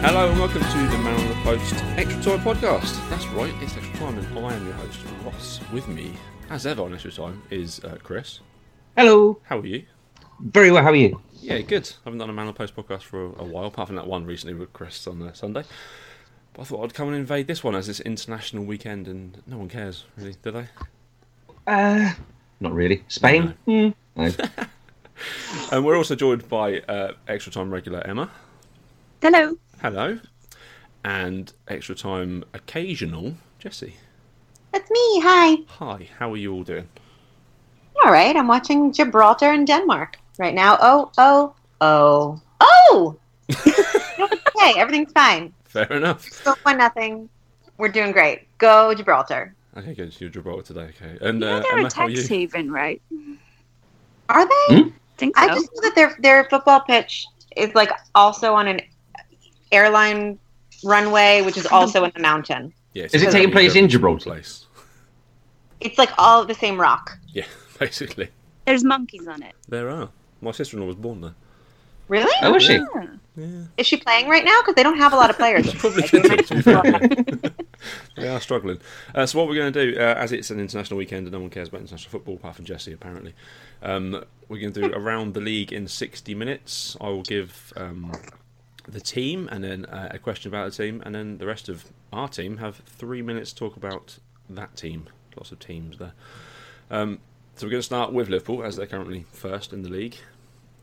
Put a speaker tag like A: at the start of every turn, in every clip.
A: Hello and welcome to the Man on the Post Extra Time podcast. That's right, it's Extra Time, and I am your host Ross. With me, as ever on Extra Time, is uh, Chris.
B: Hello.
A: How are you?
B: Very well. How are you?
A: Yeah, good. I haven't done a Man on the Post podcast for a, a while, apart from that one recently with Chris on uh, Sunday. But I thought I'd come and invade this one as it's international weekend, and no one cares really, do they?
B: Uh, not really. Spain. Mm. No.
A: And we're also joined by uh, Extra Time regular Emma. Uh,
C: Hello.
A: Hello. And Extra Time occasional Jesse.
C: That's me. Hi.
A: Hi. How are you all doing?
C: All right. I'm watching Gibraltar and Denmark right now. Oh, oh, oh, oh. okay. Everything's fine.
A: Fair enough.
C: Still one nothing. We're doing great. Go Gibraltar.
A: Okay, good. So you're Gibraltar today, okay? And
D: Yeah,
A: uh,
D: they're
A: Emma,
D: a
A: how are you?
D: tax haven, right?
C: Are they?
B: Hmm?
D: Think so.
C: I just know that their their football pitch is like also on an airline runway, which is also in the mountain.
A: Yeah, it's
B: Is it
A: a
B: taking
A: very
B: place in
A: German
B: Gibraltar?
A: Place.
C: It's like all the same rock.
A: Yeah, basically.
D: There's monkeys on it.
A: There are. My sister in law was born there.
C: Really?
B: Oh, is she?
D: Yeah.
A: Yeah.
C: Is she playing right now? Because they don't have a lot of players.
A: Probably
C: Like,
A: could
C: they might
A: do, to be fair. yeah. they are struggling. Uh, so, what we're going to do, uh, as it's an international weekend and no one cares about international football apart from Jesse, apparently, um, we're going to do around the league in 60 minutes. I will give um, the team and then uh, a question about the team, and then the rest of our team have three minutes to talk about that team. Lots of teams there. Um, so, we're going to start with Liverpool, as they're currently first in the league.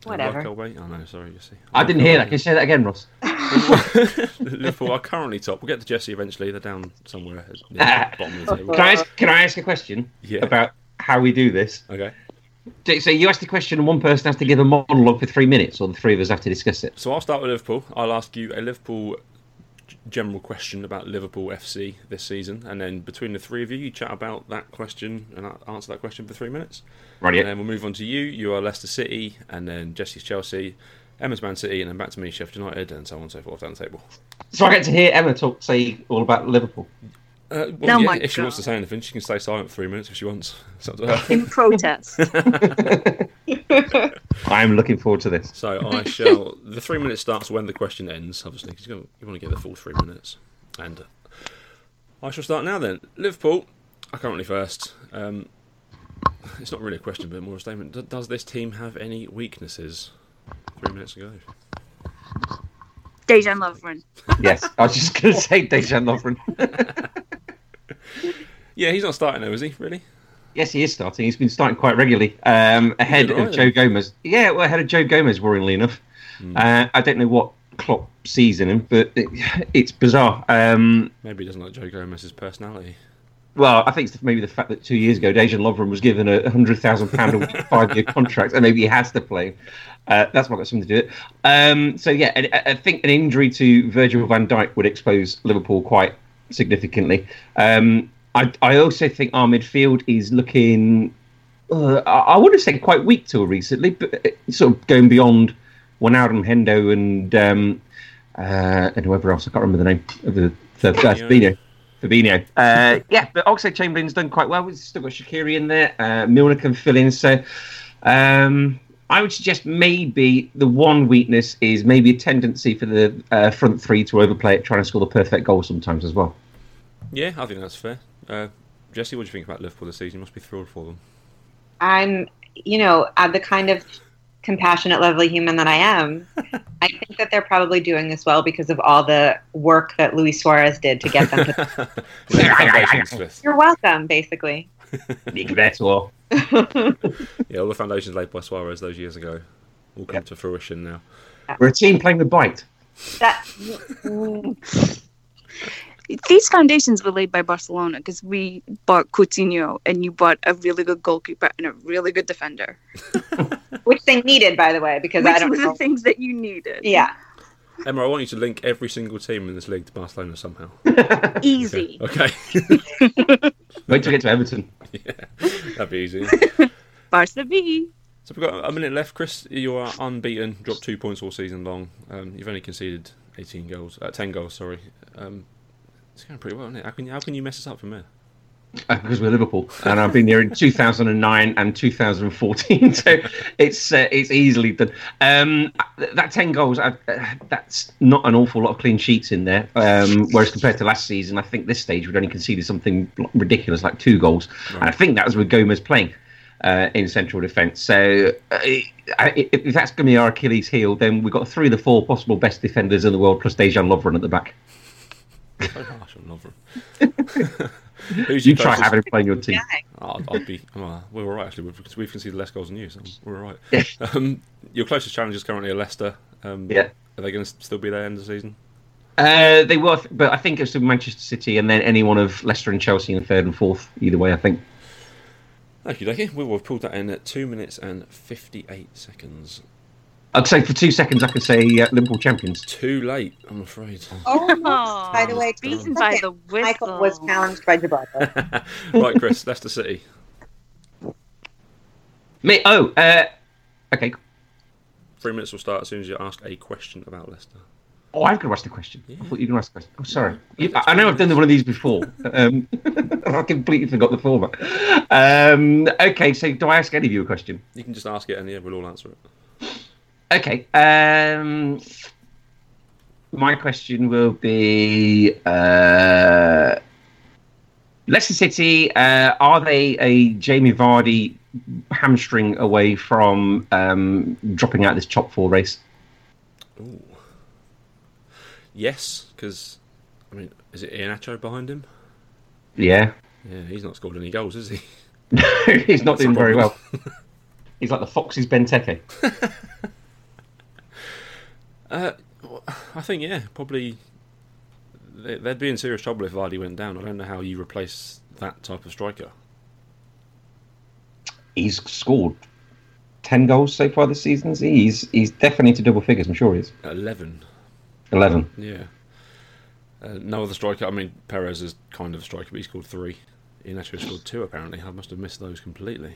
A: And
C: Whatever.
A: Work our way. Oh, no, sorry, Jesse.
B: I didn't hear that. Can you say that again, Ross?
A: Liverpool are currently top. We'll get to Jesse eventually. They're down somewhere at the bottom of the table.
B: Can I ask, can I ask a question
A: Yeah.
B: about how we do this?
A: Okay.
B: D- So you asked a question, and one person has to give a monologue for three minutes, or the three of us have to discuss it.
A: So I'll start with Liverpool. I'll ask you a Liverpool g- general question about Liverpool FC this season, and then between the three of you, you chat about that question and I'll answer that question for three minutes.
B: Right?
A: And then we'll move on to you. You are Leicester City, and then Jesse's Chelsea, Emma's Man City, and then back to me, Sheffield United, and so on and so forth down the table.
B: So I get to hear Emma talk, say all about Liverpool.
A: Uh, well,
D: Oh
A: yeah,
D: my
A: if she wants to
D: God.
A: say anything, she can stay silent for three minutes if she wants. It's up to her.
D: In protest.
B: I'm looking forward to this.
A: So I shall. The three minutes starts when the question ends, obviously, because you want to get the full three minutes. And uh, I shall start now then. Liverpool are currently first. Um, it's not really a question, but more a statement. D- Does this team have any weaknesses? Three minutes ago.
D: Dejan Lovren.
B: Yes, I was just going to say Dejan Lovren.
A: Yeah, he's not starting though, is he? Really?
B: yes, he is starting. He's been starting quite regularly, um, ahead
A: Good, right
B: of Joe Gomez. Yeah, well, ahead of Joe Gomez, worryingly enough. Uh, I don't know what Klopp sees in him, but it, it's bizarre. Um,
A: Maybe he doesn't like Joe Gomez's personality.
B: Well, I think it's maybe the fact that two years ago Dejan Lovren was given a hundred thousand pound a five year contract, and maybe he has to play. Uh, that's what got something to do with it. Um, so yeah, and, I I think an injury to Virgil Van Dijk would expose Liverpool quite significantly. Um, I, I also think our midfield is looking. Uh, I I would have said quite weak till recently, but it's sort of going beyond Wijnaldum, Hendo, and um, uh, and whoever else I can't remember the name of the third uh,
A: Fabinho.
B: Fabinho. Fabinho. Uh, yeah, but Oxlade Chamberlain's done quite well. We've still got Shakiri in there. Uh, Milner can fill in. So um, I would suggest maybe the one weakness is maybe a tendency for the uh, front three to overplay it, trying to score the perfect goal sometimes as well.
A: Yeah, I think that's fair. Uh, Jesse, what do you think about Liverpool this season? You must be thrilled for them.
C: I'm, you know, I'm the kind of compassionate, lovely human that I am. I think that they're probably doing this well because of all the work that Luis Suarez did to get them to.
A: Yeah, foundations first.
C: You're welcome, basically.
B: Nick Vettel.
A: Yeah, all the foundations laid by Suarez those years ago all come to fruition now.
B: We're a team playing with bite.
C: That mm,
D: These foundations were laid by Barcelona because we bought Coutinho and you bought a really good goalkeeper and a really good defender.
C: which they needed, by the way, because
D: Which
C: I don't
D: were the Oh,
C: know.
D: things that you needed.
C: Yeah,
A: Emma, I want you to link every single team in this league to Barcelona somehow.
D: Easy.
A: Okay,
B: Wait till we get to Everton.
A: that'd be easy.
D: Barca B.
A: So we've got a minute left, Chris. You are unbeaten, dropped two points all season long. Um, you've only conceded 18 goals, uh, 10 goals, sorry. Um, it's going pretty well, isn't it? How can you, how can you mess us up from there?
B: Uh, because we're Liverpool, and I've been there in 2009 and 2014, so it's uh, it's easily done. Um, th- that 10 goals, I, uh, that's not an awful lot of clean sheets in there. Um, whereas compared to last season, I think this stage we'd only conceded something ridiculous like two goals, and I think that was with Gomez playing uh, in central defence. So uh, I- I- if that's going to be our Achilles' heel, then we've got three of the four possible best defenders in the world, plus Dejan Lovren at the back.
A: So harsh on Lovren. Who's
B: You
A: your
B: try
A: closest-
B: having him playing your team.
A: I'll, I'll be. well, we're all right actually. We've, we've conceded less goals than you, so we're all right. um, your closest challenge is currently are Leicester. Um,
B: Yeah.
A: Are they going to still be there end of the season?
B: Uh, they were, but I think it was to Manchester City and then any one of Leicester and Chelsea in third and fourth. Either way, I think.
A: Thank you, Ducky. We will have pulled that in at two minutes and fifty-eight seconds.
B: I'd say for two seconds, I could say uh, Liverpool champions.
A: Too late, I'm afraid.
D: Oh,
C: by the way,
D: beaten by the whistle.
C: Michael was challenged by Gibraltar.
A: right, Chris. Leicester City.
B: Me? Oh, uh, okay.
A: Three minutes will start as soon as you ask a question about Leicester.
B: Oh, I've got to ask the question. I thought you were going to ask the question. I'm sorry. You- I I know I've done one of these before. Um, I completely forgot the format. Um, okay, so do I ask any of you a question?
A: You can just ask it, and yeah, we'll all answer it.
B: Okay. Um, my question will be uh, Leicester City. Uh, are they a Jamie Vardy hamstring away from um, dropping out of this top four race?
A: Ooh. Yes, because I mean, is it Ianacho behind him?
B: Yeah,
A: Yeah, he's not scored any goals, is he?
B: he's not
A: That's a
B: doing very well.
A: problem.
B: He's like the Foxes Benteke.
A: Uh, I think yeah, probably. they- They'd be in serious trouble if Vardy went down. I don't know how you replace that type of striker.
B: He's scored ten goals so far this season. He's he's definitely to double figures. I'm sure he is
A: Eleven.
B: eleven.
A: Yeah. Uh, no other striker. I mean, Perez is kind of a striker, but he scored three. Inacho scored two, apparently. I must have missed those completely.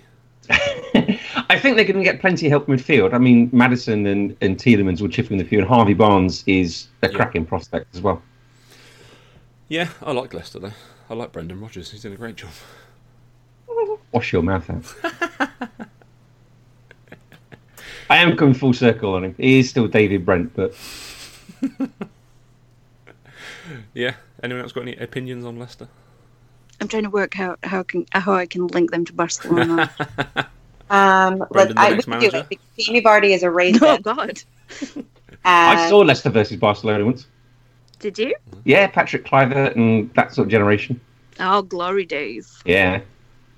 B: I think they're going to get plenty of help midfield. I mean, Madison and, and Tielemans will chip in the few, and Harvey Barnes is a cracking prospect as well.
A: Yeah, I like Leicester, though. I like Brendan Rodgers. He's doing a great job.
B: Wash your mouth out. I am coming full circle on him. He is still David Brent, but
A: Yeah. Anyone else got any opinions on Leicester?
D: I'm trying to work out how can how I can link them to Barcelona.
C: Um,
A: Brendan,
C: let,
A: the
C: I
A: next
C: would do
A: manager?
C: it because Jamie Vardy is a racist.
D: oh
C: Uh,
D: God,
B: I saw Leicester versus Barcelona once.
D: did you?
B: Yeah, Patrick Clivert and that sort of generation.
D: Oh, glory days.
B: Yeah.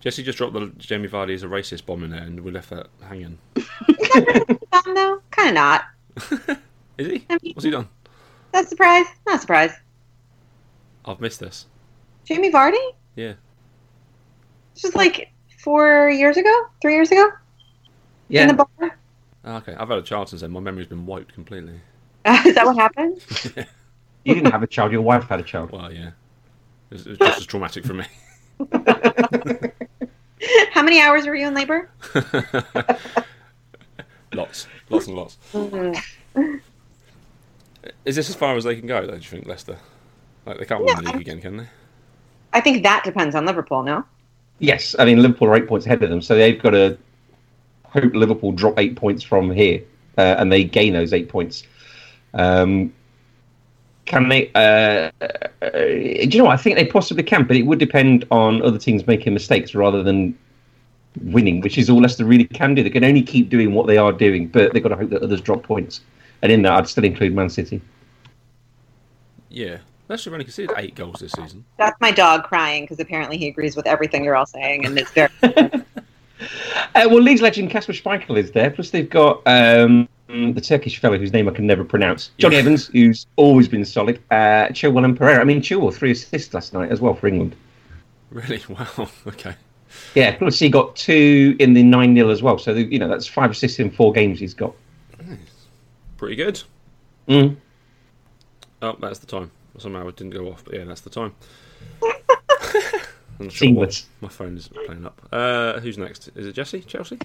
A: Jesse just dropped the Jamie Vardy is a racist bomb in there, and we left that hanging.
C: Dumb though, kind of not.
A: Is he?
C: I mean-
A: What's he done?
C: Not surprised. Not surprised.
A: I've missed this.
C: Jamie Vardy.
A: Yeah.
C: This was like four years ago, three years ago in
B: Yeah.
C: the bar.
A: Ah, Okay, I've had a child since then. My memory's been wiped completely.
C: is that what happened?
B: You didn't have a child, your wife had a child.
A: Well, yeah. It was, it was just as traumatic for me.
C: How many hours were you in labor?
A: lots. Lots and lots. Is this as far as they can go, though, do you think, Leicester? Like, they can't win the
C: Yeah,
A: league again, can they?
C: I think that depends on Liverpool. No.
B: Yes, I mean, Liverpool are eight points ahead of them, so they've got to hope Liverpool drop eight points from here uh, and they gain those eight points. Um, can they? Uh, uh, do you know what? I think they possibly can, but it would depend on other teams making mistakes rather than winning, which is all Leicester really can do. They can only keep doing what they are doing, but they've got to hope that others drop points. And in that, I'd still include Man City.
A: Yeah. Leicester have only conceded eight goals this season.
C: That's my dog crying because apparently he agrees with everything you're all saying, and it's very.
B: Uh, well, Leeds legend Casper Schmeichel is there. Plus, they've got um, um, the Turkish fellow whose name I can never pronounce, John
A: Yeah.
B: Evans, who's always been solid. Uh, Chilwell and Pereira. I mean, Chilwell three assists last night as well for England.
A: Really? Wow. Okay.
B: Yeah, plus he got two in the nine 0 as well. So you know that's five assists in four games he's got.
A: Pretty good.
B: Mm.
A: Oh, that's the time. Somehow it didn't go off, but yeah, that's the time. I'm not sure why.
B: Seamless.
A: My phone is playing up. Uh, who's next? Is it Jesse? Chelsea?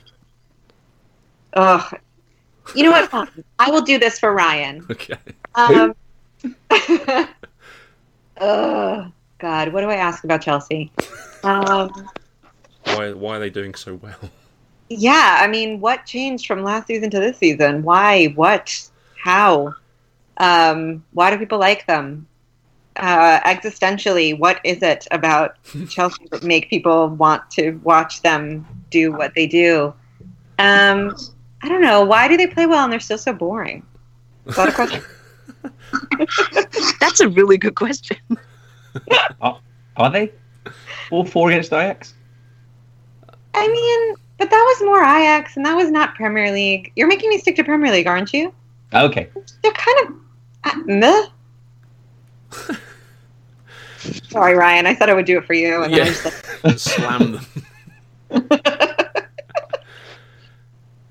C: Ugh. You know what? I will do this for Ryan.
A: Okay.
C: Um, Ugh. God, what do I ask about Chelsea? Um,
A: Why, why are they doing so well?
C: yeah, I mean, what changed from last season to this season? Why? What? How? Um, why do people like them? Uh, existentially, what is it about Chelsea that make people want to watch them do what they do? Um, I don't know. Why do they play well and they're still so boring? Is that a question?
D: That's a really good question.
B: Are they all four against Ajax?
C: I mean, but that was more Ajax, and that was not Premier League. You're making me stick to Premier League, aren't you?
B: Okay,
C: They're kind of uh, meh. Sorry, Ryan. I thought I would do it for you, and then I
A: Yeah.
C: was like,
A: Slam them.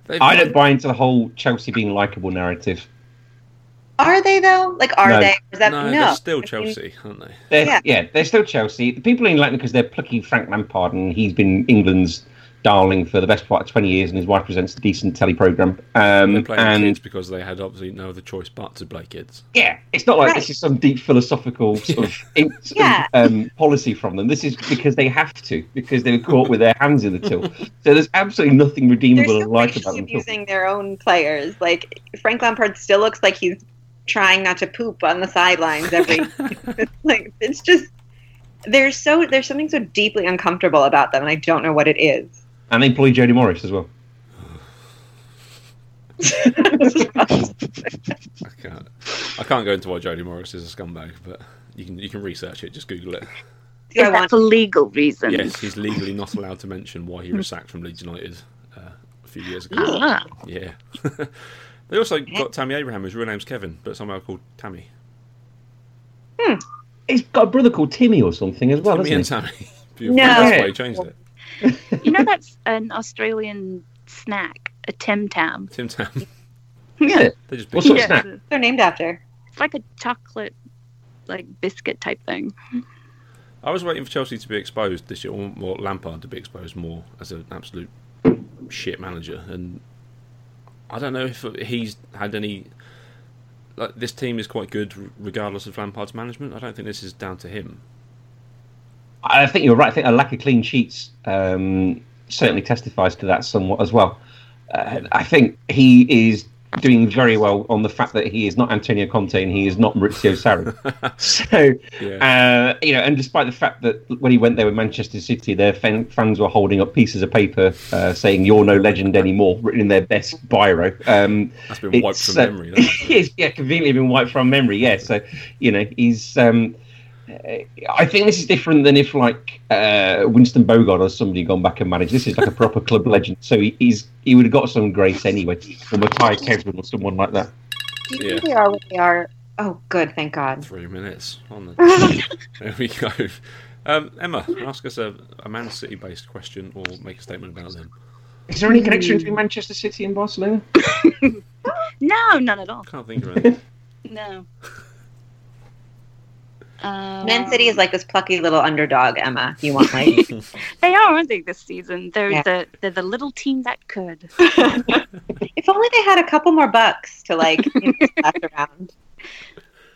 A: They've
B: I don't
A: got-
B: buy into the whole Chelsea being likable narrative.
C: "Are they though? Like, are
B: No.
C: they? Is that
A: no,
C: no?
A: they're still
C: I mean,
A: Chelsea, aren't they?
B: They're,
C: Yeah.
B: yeah. they're still Chelsea. The people only like them because they're plucky Frank Lampard, and he's been England's darling for the best part of 20 years, and his wife presents a decent telly programme.
A: They're
B: Um,
A: playing
B: and
A: kids because they had obviously no other choice but to play kids.
B: yeah, it's not like
C: Right.
B: this is some deep philosophical sort of in- sort of,
C: Yeah.
B: um, policy from them. This is because they have to, because they were caught with their hands in the till. So there's absolutely nothing
C: They're
B: redeemable
C: still
B: and like about
C: racially
B: them. at all.
C: abusing their own players. Like Frank Lampard still looks like he's trying not to poop on the sidelines every. like it's just there's so there's something so deeply uncomfortable about them, and I don't know what it is.
B: And they employ Jody Morris as well.
A: I can't. I can't go into why Jodie Morris is a scumbag, but you can you can research it. Just Google it.
C: Do I
D: Is that
C: want
D: for legal reasons?
A: Yes, he's legally not allowed to mention why he was sacked from Leeds United uh, a few years
C: Oh,
A: ago.
D: Ah,
A: Yeah. they also got Tammy Abraham, whose real name's Kevin, but somehow called Tammy.
B: He's got a brother called Timmy or something as well,
A: Timmy
B: isn't
A: and
B: Oh, he?
A: Tammy. Beautiful.
C: No.
A: That's why he changed it.
D: you know that's an Australian snack, a Tim Tam.
A: Tim Tam.
B: Is it?
A: They just
B: What
A: picked
B: sort of
A: it up.
B: snack?
C: they're named after?
D: It's like a chocolate, like biscuit type thing.
A: I was waiting for Chelsea to be exposed this year, or more Lampard to be exposed more as an absolute shit manager. And I don't know if he's had any. Like this team is quite good r- regardless of Lampard's management. I don't think this is down to him.
B: I think you're right. I think a lack of clean sheets um, certainly testifies to that somewhat as well. Uh, I think he is doing very well on the fact that he is not Antonio Conte and he is not Maurizio Sarri. so,
A: Yeah.
B: uh, you know, and despite the fact that when he went there with Manchester City, their fan- fans were holding up pieces of paper uh, saying "You're no legend anymore," written in their best biro. Um,
A: That's been wiped
B: it's,
A: from
B: uh,
A: memory. that's-
B: yes, yeah, conveniently been wiped from memory. Yeah, so you know he's. Um, uh, I think this is different than if like uh, Winston Bogart or somebody gone back and managed. This is like a proper club legend, so he, he's he would have got some grace anyway, or Matthias Kevin or someone like that.
C: Do you
A: Yeah.
C: think they are what they are? Oh, good, thank God.
A: Three minutes on the. there we go. Um, Emma, ask us a, a Man City based question or make a statement about them.
B: Is there any connection between Manchester City and Barcelona?
D: No, none at all.
A: Can't think of anything.
D: No. Um,
C: Man City is like this plucky little underdog, Emma. You want like
D: they are, aren't they? This season, they're
C: Yeah.
D: the they're the little team that could.
C: if only they had a couple more bucks to like you know, splash around.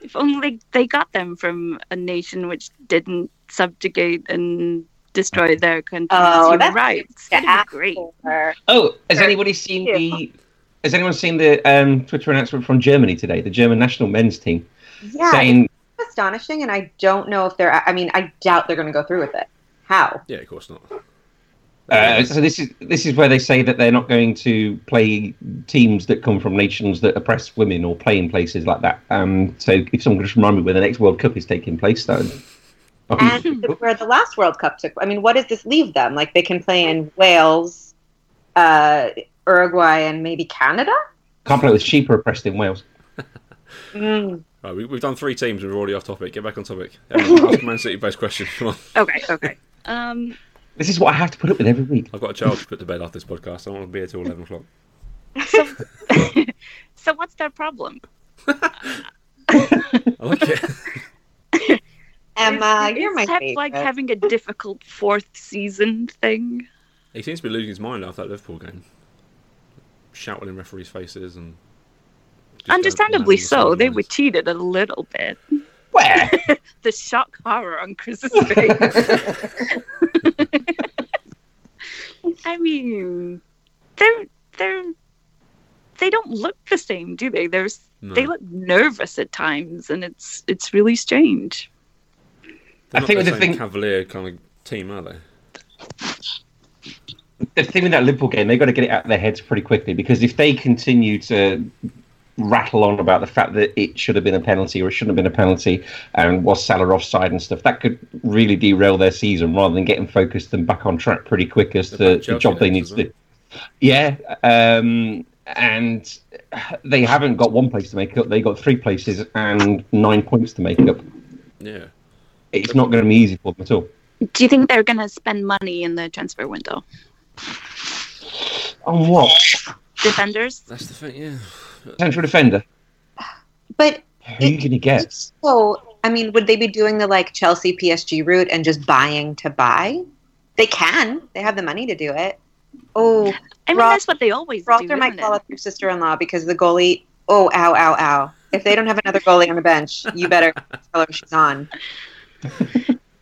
D: If only they got them from a nation which didn't subjugate and destroy their country's
C: Oh,
D: human
C: that's
D: rights.
C: To
D: That'd be
C: ask
D: great.
C: for-
B: Oh, has
C: Sure.
B: anybody seen
D: Yeah.
B: the? Has anyone seen the um, Twitter announcement from Germany today? The German national men's team
C: Yeah,
B: saying
C: it's astonishing, and I don't know if they're. I mean, I doubt they're going to go through with it. How?
A: yeah, of course not. Um,
B: Uh, so this is this is where they say that they're not going to play teams that come from nations that oppress women or play in places like that. Um, so if someone could just remind me where the next World Cup is taking place, that would- I
C: And the- where the last World Cup took. I mean, what does this leave them? Like they can play in Wales, uh, Uruguay, and maybe Canada.
B: Can't play with sheep who are oppressed in Wales.
C: Mm.
A: Right, we, we've done three teams. and We're already off topic. Get back on topic. Everyone, ask a Man City based question. Come on.
D: Okay, okay. Um,
B: This is what I have to put up with every week.
A: I've got a child to put to bed after this podcast. I don't want to be here till eleven o'clock.
D: so, so what's their problem?
A: I like it.
C: Emma,
D: Is-
C: uh, you're
D: is
C: my
D: Pep,
C: favorite.
D: like having a difficult fourth season thing.
A: he seems to be losing his mind after that Liverpool game. Shouting in referees' faces and. just going
D: Understandably
A: bananas
D: so.
A: on
D: They
A: sidelines.
D: were cheated a little bit.
B: Where?
D: The shock horror on Chris's face. I mean, they're they're they don't look the same, do they? There's
A: No.
D: they look nervous at times, and it's it's really strange.
A: They're
B: I
A: not
B: think
A: the
B: the
A: same
B: thing-
A: Cavalier kind of team, are they?
B: the thing with that Liverpool game, they've got to get it out of their heads pretty quickly because if they continue to rattle on about the fact that it should have been a penalty or it shouldn't have been a penalty and was Salah offside and stuff, that could really derail their season rather than getting focused and back on track pretty quick as
A: They're
B: to
A: back Chelsea
B: the job they need
A: next,
B: to do. Yeah, um, and they haven't got one place to make up. They got three places and nine points to make up.
A: Yeah.
B: It's not going to be easy for them at all.
D: Do you think they're going to spend money in the transfer window?
B: On what
D: Defenders.
A: That's the thing, yeah.
B: central defender?
C: but
B: Who are you going to get?
C: so, I mean, would they be doing the like Chelsea PSG route and just buying to buy? They can. They have the money to do it. Oh,
D: I mean,
C: Rob-
D: that's what they always do.
C: Walter might
D: isn't
C: call
D: it?
C: up your sister-in-law because the goalie. Oh, ow, ow, ow! If they don't have another goalie on the bench, you better tell her she's on.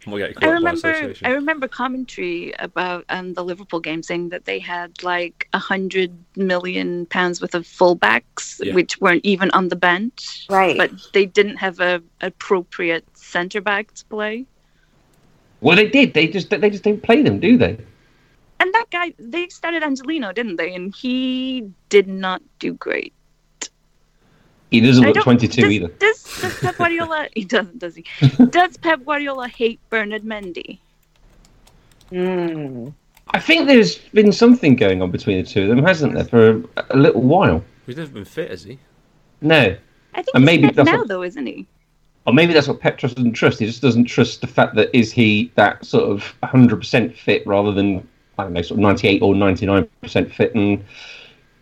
A: We'll get
D: I
A: caught by
D: remember
A: association.
D: I remember commentary about um, the Liverpool game saying that they had like a hundred million pounds worth of fullbacks
A: Yeah.
D: which weren't even on the bench.
C: Right.
D: But they didn't have a appropriate centre back to play.
B: Well, they did. They just they just don't play them, do they?
D: And that guy they started Angelino, didn't they? And he did not do great.
B: He doesn't
D: I
B: look
D: don't-
B: 22
D: does,
B: either.
D: Does, does Pep Guardiola he doesn't, does he? Does Pep Guardiola hate Bernard Mendy?
C: Mm.
B: I think there's been something going on between the two of them, hasn't there, for a, a little while?
A: He's never been fit, has he?
B: No.
D: I think
B: And
D: he's
B: maybe
D: fit
B: that's
D: now
B: what-
D: though, isn't he?
B: Or maybe that's what Pep doesn't trust. He just doesn't trust the fact that is he that sort of 100% fit rather than, I don't know, sort of 98 or 99% fit and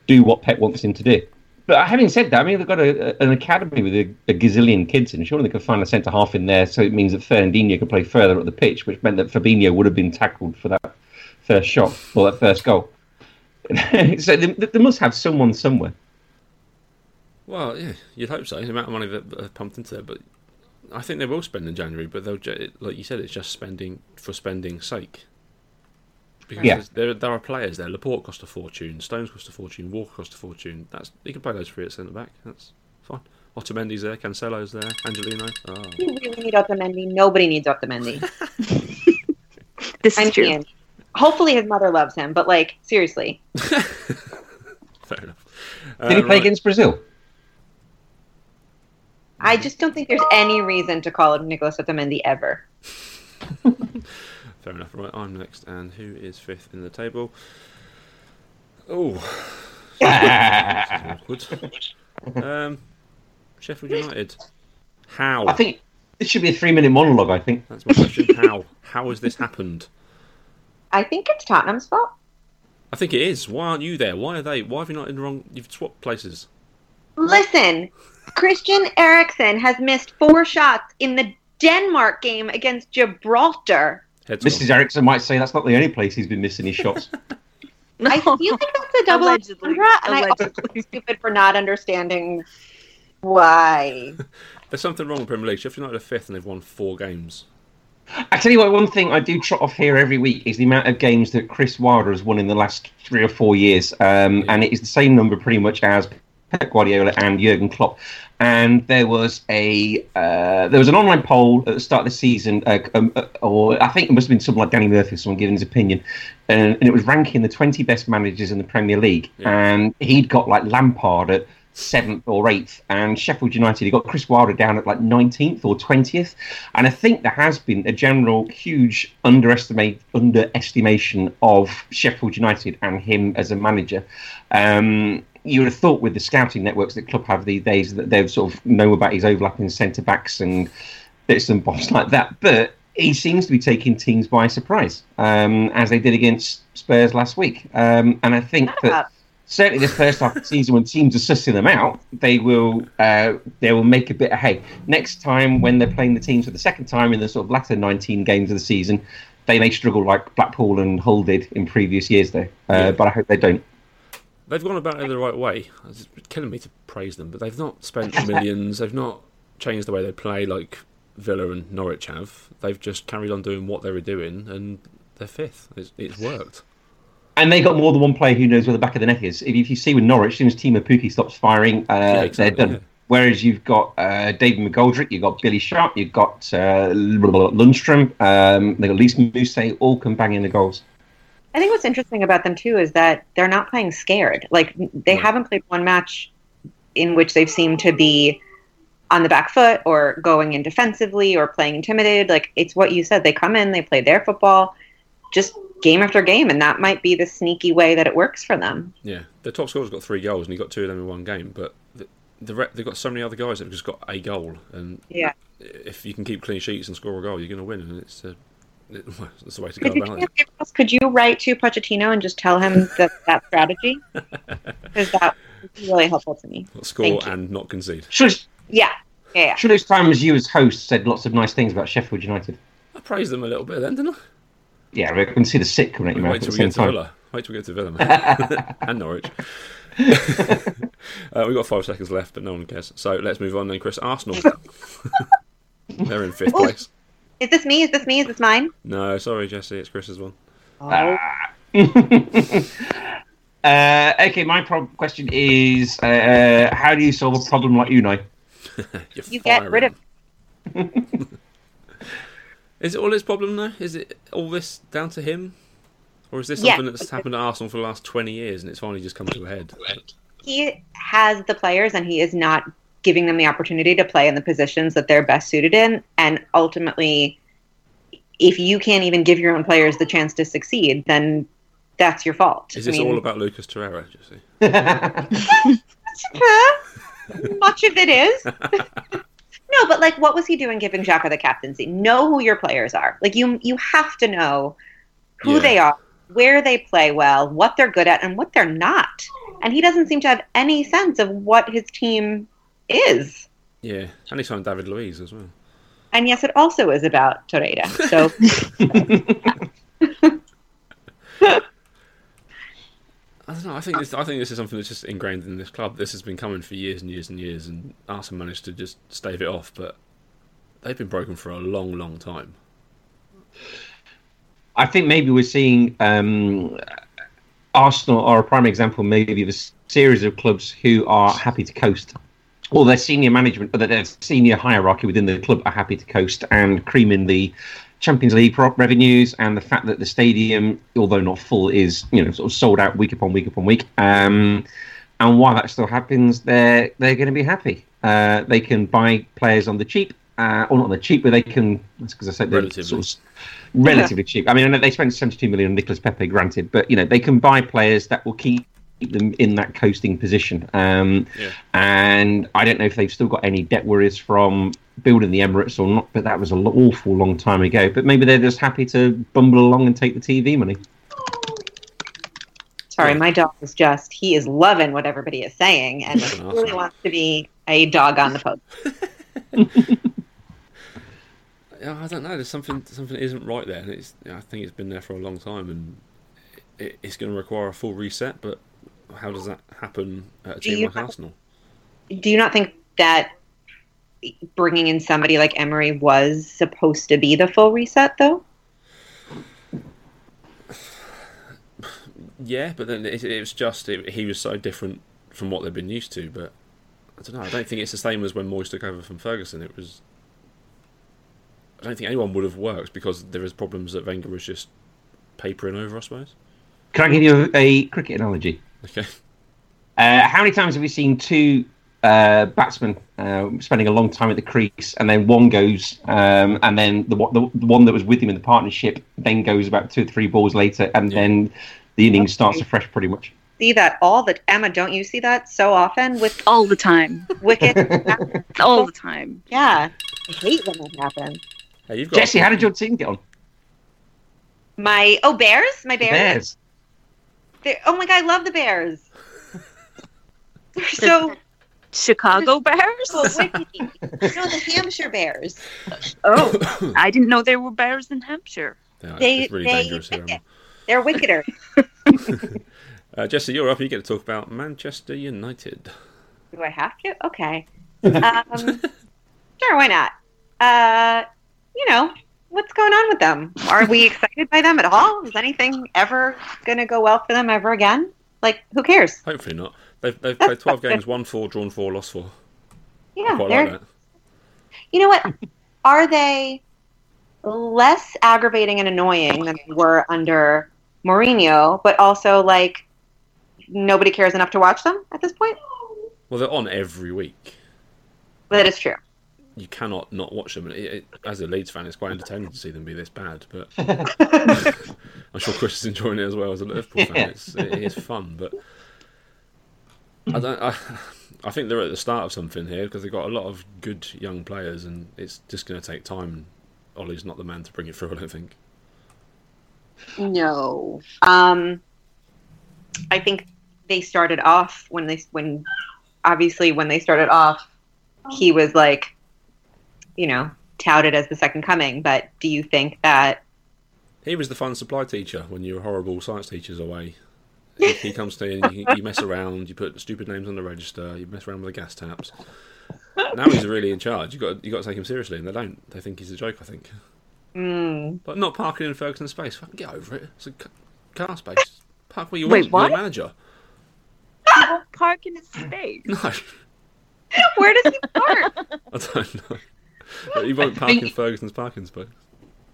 B: do what Pep wants him to do. But having said that, I mean, they've got a, a- an academy with a, a gazillion kids in. Surely they could find a centre half in there, so it means that Fernandinho could play further up the pitch, which meant that Fabinho would have been tackled for that first shot or that first goal. so they, they must have someone somewhere.
A: Well, yeah, you'd hope so. The amount of money that that they've pumped into it, but I think they will spend in January. But they'll, ju- like you said, it's just spending for spending's sake. Because
B: Yeah.
A: there's- there, there are players there. Laporte cost a fortune. Stones cost a fortune. Walker cost a fortune. That's he can play those three at centre back. That's fine. Otamendi's there. Cancelo's there. Angelino. Oh.
C: You really need Otamendi. Nobody needs Otamendi.
D: This
C: I
D: is true.
C: mean, hopefully his mother loves him, but like seriously,
A: Fair enough.
B: Did he
A: Uh,
B: play
A: right.
B: against Brazil?
C: I just don't think there's any reason to call him Nicholas Otamendi ever.
A: Fair enough. Right, I'm next, and who is fifth in the table? Oh,
B: I
A: awkward. Um, Sheffield United. How?
B: think this should be a three-minute monologue. I think.
A: That's my question. How? How has this happened?
C: I think it's Tottenham's fault.
A: I think it is. Why aren't you there? Why are they? Why have you not in the wrong? You've swapped places.
C: Listen, Christian Eriksen has missed four shots in the Denmark game against Gibraltar.
A: Heads
B: Mrs. Erickson might say that's not the only place he's been missing his shots.
D: No.
C: I feel like that's a double
D: Allegedly.
C: entendre, and I also feel stupid for not understanding why.
A: There's something wrong with Premier League. Sheffield United are fifth, and they've won four games.
B: I tell you what, one thing I do trot off here every week is the amount of games that Chris Wilder has won in the last three or four years, um, and it is the same number pretty much as Pep Guardiola and Jurgen Klopp. And there was a uh, there was an online poll at the start of the season, uh, um, uh, or I think it must have been someone like Danny Murphy, someone giving his opinion, and, and it was ranking the twenty best managers in the Premier League,
A: Yeah.
B: and he'd got like Lampard at seventh or eighth, and Sheffield United. He got Chris Wilder down at like nineteenth or twentieth, and I think there has been a general huge underestimate underestimation of Sheffield United and him as a manager. Um, you would have thought with the scouting networks that club have these days that they would sort of know about his overlapping centre backs and bits and bobs like that. But he seems to be taking teams by surprise, um, as they did against Spurs last week. Um, and I think that certainly the first half of the season, when teams are sussing them out, they will uh, they will make a bit of hay. Next time, when they're playing the teams for the second time in the sort of latter 19 games of the season, they may struggle like Blackpool and Hull did in previous years, though. Uh,
A: Yeah.
B: But I hope they don't.
A: They've gone about it the right way. It's killing me to praise them, but they've not spent millions. They've not changed the way they play like Villa and Norwich have. They've just carried on doing what they were doing, and they're fifth. It's, it's worked.
B: And they got more than one player who knows where the back of the net is. If, if you see with Norwich, as soon as Timo Pukki stops firing, uh,
A: exactly,
B: they're done.
A: yeah.
B: Whereas you've got uh, David McGoldrick, you've got Billy Sharp, you've got uh, Lundstrom, um, they've got Lise Mousset, all can bang in the goals.
C: I think what's interesting about them too is that they're not playing scared. Like they
A: Right.
C: haven't played one match in which they've seemed to be on the back foot or going in defensively or playing intimidated. Like it's what you said. They come in, they play their football, just game after game, and that might be the sneaky way that it works for them.
A: Yeah, the top scorer's got three goals, and he got two of them in one game. But the, the re- they've got so many other guys that have just got a goal, and
C: Yeah.
A: if you can keep clean sheets and score a goal, you're going to win, and it's a, it, it's the way to go
C: Could you,
A: about it.
C: could you- could you write to Pochettino and just tell him that that strategy? Because that would be really helpful to me.
A: Score
C: Thank you.
A: and not concede.
B: Sure,
C: Yeah. Yeah. yeah.
B: sure those times you as host said lots of nice things about Sheffield United.
A: I praised them a little bit then, didn't I?
B: Yeah, I can see the sick coming at your mouth
A: Wait
B: at
A: till
B: the
A: we
B: same
A: get to
B: time.
A: Villa. Wait till we get to Villa, man. and Norwich. uh, we've got five seconds left, but no one cares. So let's move on then, Chris. Arsenal. They're in fifth
C: Oh.
A: place.
C: Is this me? Is this me? Is this mine?
A: No, sorry, Jesse, it's Chris's one.
B: Uh, okay, my prob- question is uh, how do you solve a problem like Unai?
A: You're
C: You get rid of
A: firing. Is it all his problem though? Is it all this down to him? Or is this
C: Yeah.
A: something that's happened to Arsenal for the last 20 years and it's finally just come to a head?
C: he has the players and he is not giving them the opportunity to play in the positions that they're best suited in and ultimately if you can't even give your own players the chance to succeed then that's your fault
A: Is
C: I
A: this
C: mean,
A: all about Lucas Torreira, Jesse?
C: much of it is no but like what was he doing giving Xhaka the captaincy know who your players are like you you have to know who
A: Yeah.
C: they are where they play well what they're good at and what they're not and he doesn't seem to have any sense of what his team is
A: Yeah, and he signed David Luiz as well.
C: And yes, it also is about Torreira. So
A: I don't know. I think this, I think this is something that's just ingrained in this club. This has been coming for years and years and years, and Arsenal managed to just stave it off. But they've been broken for a long, long time.
B: I think maybe we're seeing um, Arsenal are a prime example, maybe of a s- series of clubs who are happy to coast. All their senior management, but their senior hierarchy within the club are happy to coast and cream in the Champions League pro- revenues and the fact that the stadium, although not full, is you know sort of sold out week upon week upon week. Um, and while that still happens, they're they're going to be happy. Uh, they can buy players on the cheap, uh, or not on the cheap, but they can. That's because I said they're
A: Relatively.
B: sort of s- relatively cheap. I mean, I know they spent seventy-two million on Nicolas Pepe, granted, but you know they can buy players that will keep them in that coasting position. Um,
A: Yeah.
B: And I don't know if they've still got any debt worries from building the Emirates or not, but that was an awful long time ago. But maybe they're just happy to bumble along and take the TV money.
C: sorry,
A: Yeah.
C: my dog is just he is loving what everybody is saying and
A: That's awesome.
C: really wants to be a dog on the post.
A: Yeah, I don't know. There's something something that isn't right there, and it's I think it's been there for a long time, and it, it's going to require a full reset. But how does that happen at a
C: Do
A: team
C: you
A: like
C: have-
A: Arsenal?
C: Do you not think that bringing in somebody like Emery was supposed to be the full reset though?
A: Yeah, but then it, it was just it, he was so different from what they've been used to. But I don't know. I don't think it's the same as when Moyes took over from Ferguson. It was. I don't think anyone would have worked because there is problems that Wenger was just papering over. I suppose.
B: Can I give you a, a cricket analogy?
A: Okay.
B: Uh, how many times have we seen two uh, batsmen uh, spending a long time at the crease, and then one goes, um, and then the, one- the the one that was with him in the partnership then goes about two or three balls later, and
A: Yeah.
B: then the innings starts afresh, pretty much.
C: see that all the Emma, don't you see that so often with
D: all the time,
C: Wicked?
D: all the time.
C: yeah. I hate when that happens.
A: Hey, you've got
B: Jesse, how did your team get on?
C: My oh bears? My bears?
B: Bears.
C: They're- oh my god, I love the bears. They're so
D: Chicago Bears.
C: so wicked. No, the Hampshire bears.
D: Oh, I didn't know there were bears in Hampshire.
A: Yeah,
C: They-
A: it's really
C: they-
A: dangerous here. Emma.
C: They're wickeder.
A: Uh, Jesse, you're up. You get to talk about Manchester United.
C: Do I have to? Okay. Um, sure, why not? Uh, you know, what's going on with them? Are we excited by them at all? Is anything ever going to go well for them ever again? Like, who cares?
A: Hopefully not. They've, they've played 12 games, won four, drawn four, lost four. I
C: Yeah,
A: quite
C: they're,
A: like that.
C: you know what? Are they less aggravating and annoying than they were under Mourinho, but also like nobody cares enough to watch them at this point?
A: Well, they're on every week.
C: That is true.
A: You cannot not watch them. And It, it, as a Leeds fan, it's quite entertaining to see them be this bad. But I'm sure Chris is enjoying it as well as a Liverpool fan.
B: Yeah.
A: It's, it is fun, but I don't. I, I think they're at the start of something here because they've got a lot of good young players, and it's just going to take time. Ollie's not the man to bring it through. I don't think.
C: No. Um, I think they started off when they when obviously when they started off, he was like, you know, touted as the second coming. But do you think that?
A: He was the fun supply teacher when your horrible science teachers away. He, he comes to you, and you, you mess around, you put stupid names on the register, you mess around with the gas taps. Now he's really in charge. You got you got to take him seriously, and they don't. They think he's a joke. I think,
C: Mm,
A: but not parking in Ferguson space. Fucking get over it. It's a ca- car space. Park where you
D: Wait,
A: want. You're the
D: what?
A: manager.
D: He won't park in his space.
A: No, I
C: where does he park?
A: don't know. But he won't
B: I
A: park in
B: think-
A: Ferguson's parking space.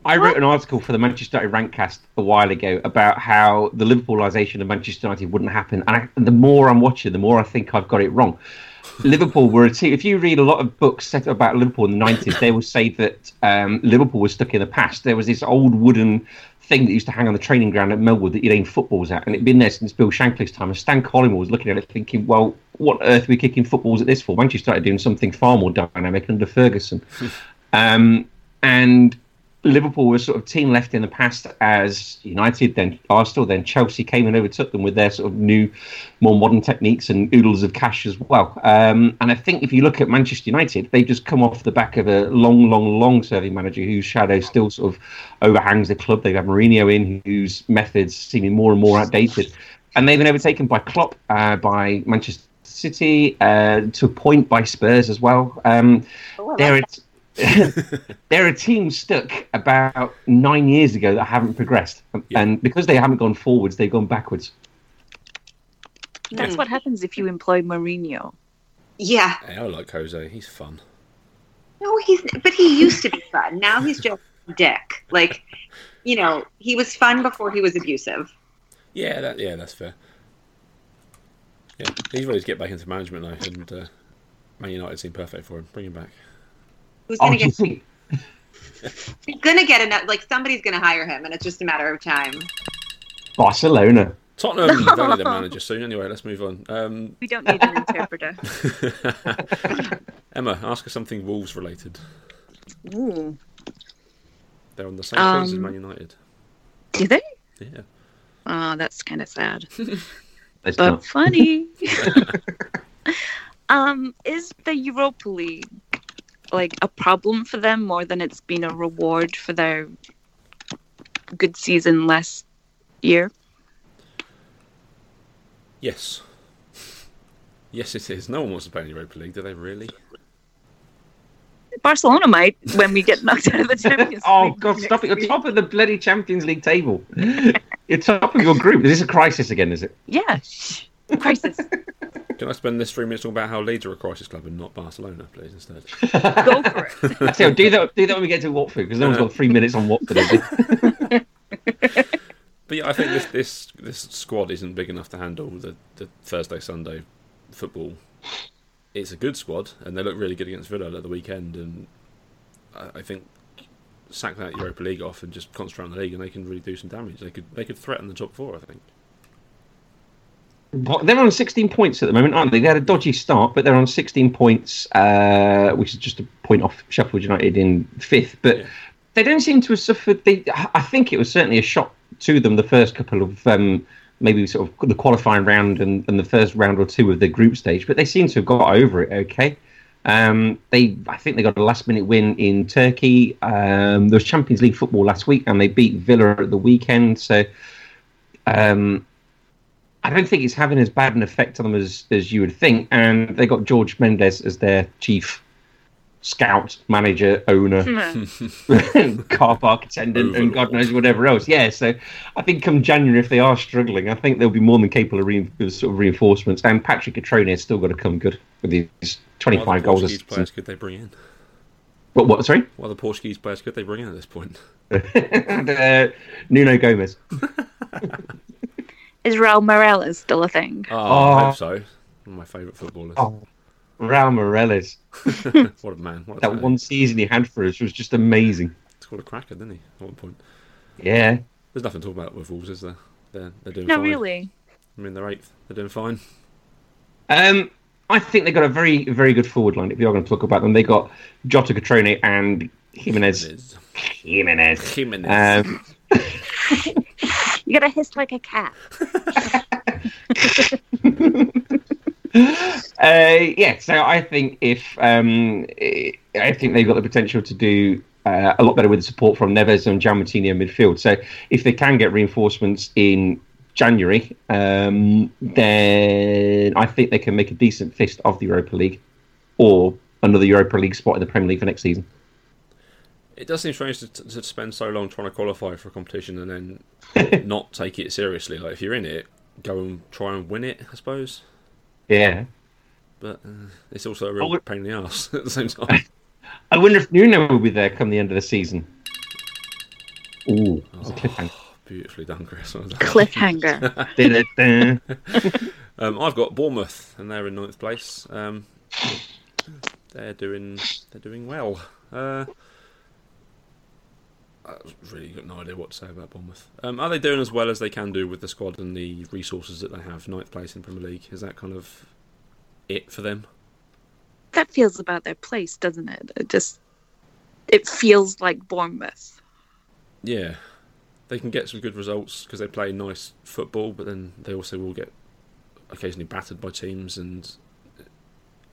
B: I wrote an article for the Manchester United Rankcast a while ago about how the Liverpoolisation of Manchester United wouldn't happen. And I, the more I'm watching, the more I think I've got it wrong. Liverpool were a team. If you read a lot of books set up about Liverpool in the 90s, they will say that um, Liverpool was stuck in the past. There was this old wooden thing that used to hang on the training ground at Melwood that you'd aim footballs at. And it'd been there since Bill Shankly's time. And Stan Collingwood was looking at it thinking, well, what on earth are we kicking footballs at this for? Manchester started doing something far more dynamic under Ferguson. um, and Liverpool were sort of team left in the past as United, then Arsenal, then Chelsea came and overtook them with their sort of new, more modern techniques and oodles of cash as well. Um, and I think if you look at Manchester United, they've just come off the back of a long, long, long serving manager whose shadow still sort of overhangs the club. They've had Mourinho in, whose methods seeming more and more outdated. And they've been overtaken by Klopp, uh, by Manchester City, uh, to a point by Spurs as well. Um,
C: Oh, I
B: there
C: like
B: it's there are teams stuck about nine years ago that haven't progressed, and because they haven't gone forwards, they've gone backwards.
D: That's what happens if you employ Mourinho.
C: yeah.
A: Hey, I like Jose. He's fun.
C: No, he's but he used to be fun. Now he's just a dick. Like, you know, he was fun before he was abusive.
A: Yeah, that yeah, that's fair. Yeah, he's ready to get back into management now, and uh, Man United seem perfect for him. Bring him back.
C: Who's
B: Oh,
C: gonna
B: do you
C: get?
B: think?
C: He's gonna get enough. Like somebody's gonna hire him, and it's just a matter of time.
B: Barcelona.
A: Tottenham they'll need a manager soon. Anyway, let's move on. Um,
D: We don't need an interpreter.
A: Emma, ask us something Wolves related.
D: Ooh.
A: They're on the same place as
D: Um,
A: Man United.
D: Do they?
A: Yeah,
D: Oh, that's kind of sad,
B: Let's
C: Oh.
D: but
B: not.
D: funny. um, is the Europa League like a problem for them more than it's been a reward for their good season last year?
A: yes, yes, it is. No one wants to play in Europa League, do they? Really?
D: Barcelona might when we get knocked out of the Champions
B: Oh
D: League
B: God! Stop it!
D: next
B: You're
D: week.
B: top of the bloody Champions League table. You're top of your group. Is this a crisis again? Is it?
D: Yeah. shh. Crisis.
A: Can I spend this three minutes talking about how Leeds are a crisis club and not Barcelona, please? Instead,
D: Go for it.
B: So do that. Do that when we get to Watford because no one's got three minutes on Watford. Is it?
A: But yeah, I think this this this squad isn't big enough to handle the, the Thursday Sunday football. It's a good squad, and they look really good against Villa at the weekend. And I, I think sack that Europa League off and just concentrate on the league, and they can really do some damage. They could they could threaten the top four. I think.
B: But They're on 16 points at the moment, aren't they? They had a dodgy start, but they're on 16 points, uh, which is just a point off Sheffield United in fifth. But
A: Yeah.
B: they don't seem to have suffered. They, I think it was certainly a shock to them the first couple of um, maybe sort of the qualifying round and, and the first round or two of the group stage, but they seem to have got over it okay. Um, they, I think they got a last minute win in Turkey. Um, there was Champions League football last week, and they beat Villa at the weekend. So. Um, I don't think it's having as bad an effect on them as, as you would think. And they got George Mendes as their chief scout, manager, owner,
D: Hmm.
B: car park attendant, and God knows whatever else. Yeah, so I think come January, if they are struggling, I think they'll be more than capable of, rein of sort of reinforcements. And Patrick Catrone has still got to come good with his
A: What
B: 25
A: other Portuguese
B: goals. this season.
A: players could they bring in?
B: What, what, sorry?
A: What other Portuguese players could they bring in at this point?
B: and, uh, Nuno Gomez.
D: Israel Morel is still a thing.
A: Oh,
B: Oh.
A: I hope so. One of my favourite footballers.
B: Oh, Raul Morales.
A: what a man. What a
B: That
A: talent.
B: one season he had for us was just amazing.
A: scored a cracker, didn't he? At one point.
B: Yeah.
A: There's nothing to talk about with Wolves, is there? They're, they're doing
D: No,
A: fine.
D: really.
A: I mean, they're eighth. They're doing fine.
B: Um, I think they got a very, very good forward line. If you are going to talk about them, they got Jota Catrone and Jimenez.
A: Jimenez.
B: Jimenez.
A: Jimenez.
B: Um,
D: You gotta hiss like a cat.
B: uh, yeah, so I think if um, eh, I think they've got the potential to do uh, a lot better with the support from Neves and Giammattini in midfield. So if they can get reinforcements in January, um, then I think they can make a decent fist of the Europa League or another Europa League spot in the Premier League for next season.
A: it does seem strange to, to spend so long trying to qualify for a competition and then not take it seriously. Like, if you're in it, go and try and win it, I suppose.
B: Yeah.
A: But uh, it's also a real
B: Oh, we-
A: pain in the ass at the same time.
B: I wonder if Nuno will be there come the end of the season. Ooh, that's a cliffhanger.
A: Beautifully done, Chris. Well done.
D: Cliffhanger.
B: Da-da-da.
A: Um, I've got Bournemouth, and they're in ninth place. Um, they're doing they're doing well. Uh, I've really got no idea what to say about Bournemouth. Um, are they doing as well as they can do with the squad and the resources that they have? Ninth place in Premier League is that kind of it for them?
D: that feels about their place, doesn't it? It just it feels like Bournemouth.
A: Yeah, they can get some good results because they play nice football, but then they also will get occasionally battered by teams. And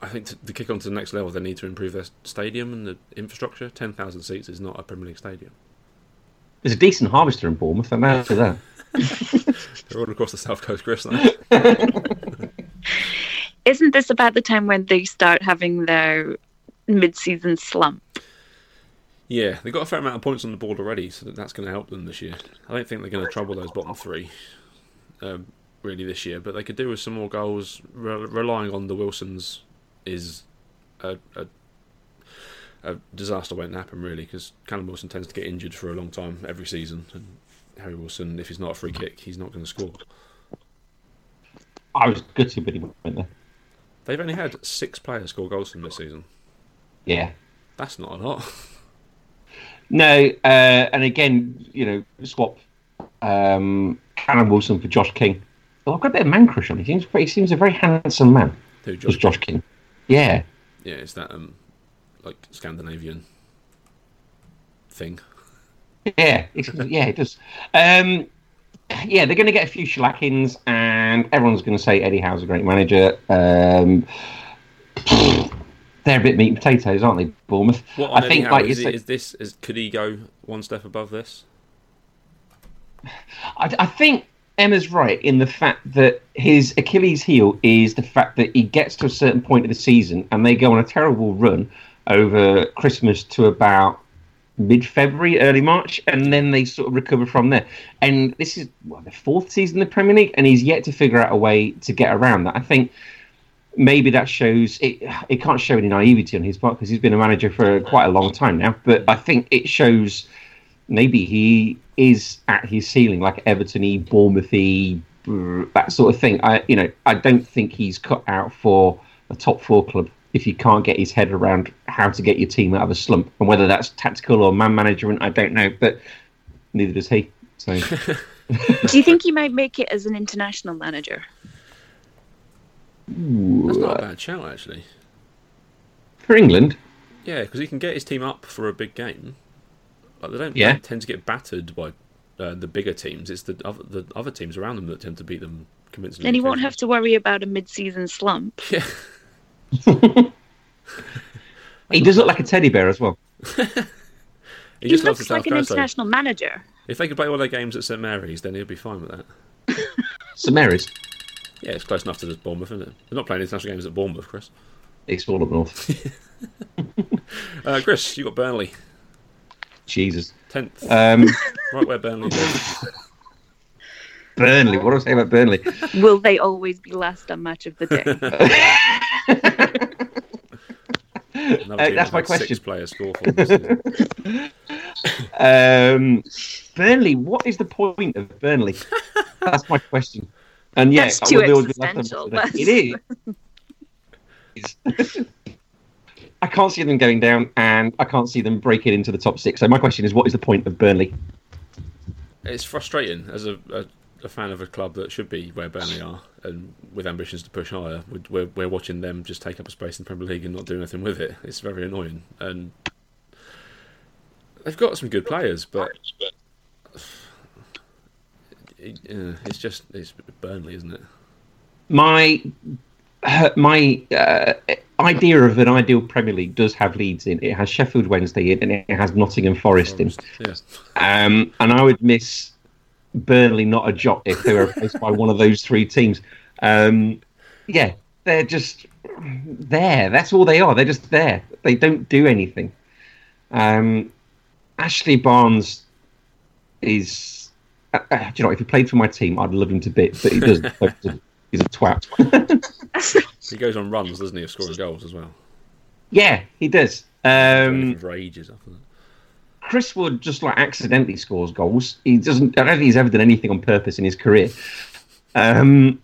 A: I think to, to kick on to the next level, they need to improve their stadium and the infrastructure. Ten thousand seats is not a Premier League stadium.
B: There's a decent harvester in Bournemouth, and that's that.
A: They're all across the south coast, Chris. aren't they?
D: Isn't this about the time when they start having their mid-season slump?
A: yeah, they've got a fair amount of points on the board already, so that- that's going to help them this year. I don't think they're going to trouble those bottom three. Um, Really, this year, but they could do with some more goals. Re- relying on the Wilsons is a, a a disaster won't happen really because Callum Wilson tends to get injured for a long time every season, and Harry Wilson, if he's not a free kick, he's not going to score.
B: I was gutted when he went there.
A: They've only had six players score goals from this season.
B: Yeah.
A: That's not a lot.
B: No, uh, and again, you know, swap um, Callum Wilson for Josh King. Well, I've got a bit of man crush on him. He seems, he seems a very handsome man,
A: Who
B: was
A: Josh?
B: Josh King. Yeah.
A: Yeah, it's that um like Scandinavian thing.
B: Yeah, it's, yeah, it does. Um, yeah, they're going to get a few shellackings, and everyone's going to say Eddie Howe's a great manager. Um, they're a bit meat and potatoes, aren't they, Bournemouth?
A: What on
B: I
A: I
B: think,
A: think
B: like you
A: is, it-
B: said-
A: is this is could he go one step above this?
B: I, I think Emma's right in the fact that his Achilles heel is the fact that he gets to a certain point of the season and they go on a terrible run over Christmas to about mid February, early March, and then they sort of recover from there. And this is well, the fourth season of the Premier League, and he's yet to figure out a way to get around that. I think maybe that shows it. It can't show any naivety on his part because he's been a manager for quite a long time now. But I think it shows maybe he is at his ceiling, like Everton, y Bournemouth, that sort of thing. I, you know, I don't think he's cut out for a top four club if you can't get his head around how to get your team out of a slump, and whether that's tactical or man management, I don't know, but neither does he. So
D: Do you think he might make it as an international manager?
A: That's
B: Ooh,
A: not a
B: uh,
A: bad shout, actually.
B: for England.
A: Yeah, because he can get his team up for a big game. Like they don't
B: Yeah.
A: they tend to get battered by uh, the bigger teams. It's the other, the other teams around them that tend to beat them convincingly.
D: Then he won't have to worry about a mid-season slump.
A: Yeah.
B: He does look like a teddy bear as well.
A: He,
D: he
A: just loves the
D: looks
A: South
D: like an
A: Coast. though.
D: international manager.
A: If they could play all their games at St Mary's, then he'd be fine with that.
B: St Mary's.
A: Yeah, it's close enough to just Bournemouth, isn't it? They're not playing international games at Bournemouth, Chris.
B: It's all up north.
A: Uh, Chris, you got Burnley
B: Jesus.
A: tenth,
B: Um,
A: right where Burnley. Is.
B: Burnley. What do I say about Burnley?
D: Will they always be last on match of the day?
A: Another
B: Uh,
A: team
B: that's
A: that
B: my
A: had Six
B: question.
A: players score for them. isn't it?
B: Um, Burnley. What is the point of Burnley? That's my question. And yeah,
D: That's too
B: will they always be left on
D: existential,
B: top of the-
D: that's-
B: It is. It's- I can't see them going down, and I can't see them breaking into the top six. So my question is, what is the point of Burnley?
A: It's frustrating as a, a, a fan of a club that should be where Burnley are and with ambitions to push higher. we- We're, we're watching them just take up a space in the Premier League and not do anything with it. It's very annoying. And they've got some good players, but it, uh, it's just it's Burnley, isn't it?
B: my her- my uh, idea of an ideal Premier League does have Leeds in. It has Sheffield Wednesday in, and it has Nottingham Forest in.
A: Yeah.
B: Um, and I would miss Burnley not a jot if they were replaced by one of those three teams. Um, yeah, they're just there. That's all they are. They're just there. They don't do anything. Um, Ashley Barnes is. Uh, uh, do you know, what, if he played for my team, I'd love him to bits, but he doesn't. He's a twat.
A: He goes on runs, doesn't he, of scoring goals as well?
B: yeah, he does. Um,
A: for ages after that.
B: Chris Wood just like accidentally scores goals. He doesn't. I don't think he's ever done anything on purpose in his career. Um,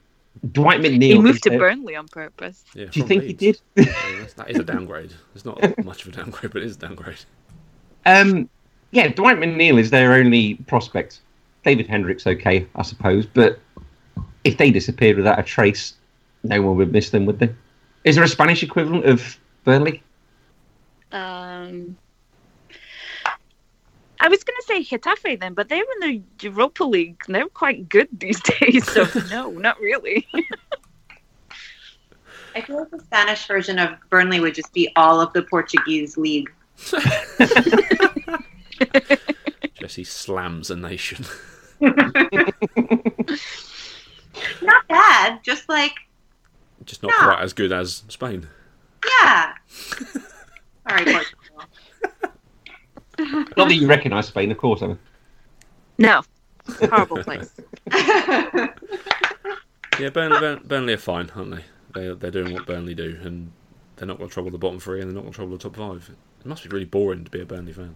B: Dwight McNeil.
D: he moved
B: is
D: to
B: a-
D: Burnley on purpose.
A: Yeah,
B: Do you
A: from
B: think he
A: Leeds.
B: did?
A: Yeah, that's- that is a downgrade. It's not much of a downgrade, but it is a downgrade.
B: Um, yeah, Dwight McNeil is their only prospect. David Hendricks, okay, I suppose, but if they disappeared without a trace, no one would miss them, would they? Is there a Spanish equivalent of Burnley?
D: Um, I was going to say Hitafe then, but they're in the Europa League. and They're quite good these days, so no, not really.
C: I feel like the Spanish version of Burnley would just be all of the Portuguese league.
A: Jesse slams a nation.
C: Not bad, just like
A: Just not
C: Yeah.
A: quite as good as Spain.
C: yeah. All right, Portugal.
B: Not that you recognise Spain, of course, Emma.
D: No, horrible place.
A: Yeah, Burnley, Burn- Burnley are fine, aren't they? They're, they're doing what Burnley do, and they're not going to trouble the bottom three, and they're not going to trouble the top five. It must be really boring to be a Burnley fan.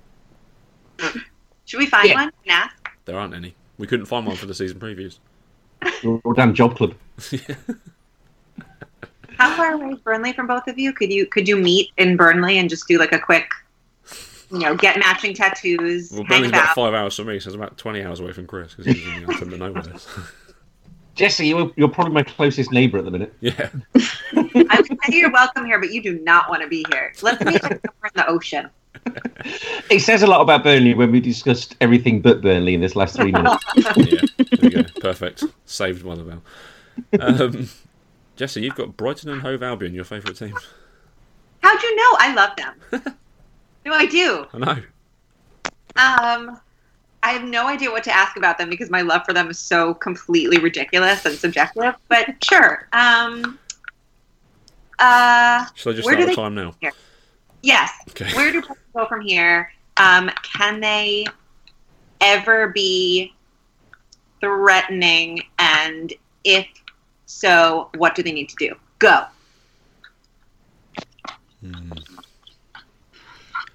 C: Should we find
B: Yeah.
C: one and ask?
A: There aren't any. We couldn't find one for the season previews.
B: Your damn job club.
C: How far away is Burnley from both of you? Could you could you meet in Burnley and just do like a quick, you know, get matching tattoos,
A: Well,
C: hang
A: Burnley's about
C: about?
A: five hours from me, so it's about 20 hours away from Chris, because he's in the outcome of nowhere.
B: Jesse, you're, you're probably my closest neighbour at the minute.
A: yeah.
C: I would say you're welcome here, but you do not want to be here. Let's meet like, somewhere in the ocean.
B: It says a lot about Burnley when we discussed everything but Burnley in this last three minutes.
A: yeah, there you go. Perfect. Saved one of our. Um, Jesse, you've got Brighton and Hove Albion, your favourite team.
C: How'd you know? I love them. No, I do.
A: I know.
C: Um, I have no idea what to ask about them because my love for them is so completely ridiculous and subjective. But sure. Um, uh,
A: Shall I just
C: Where
A: start
C: do
A: the
C: they-
A: time now?
C: yes.
A: Okay.
C: Where do Bucks go from here? Um, can they ever be threatening? And if so, what do they need to do? Go.
A: Hmm.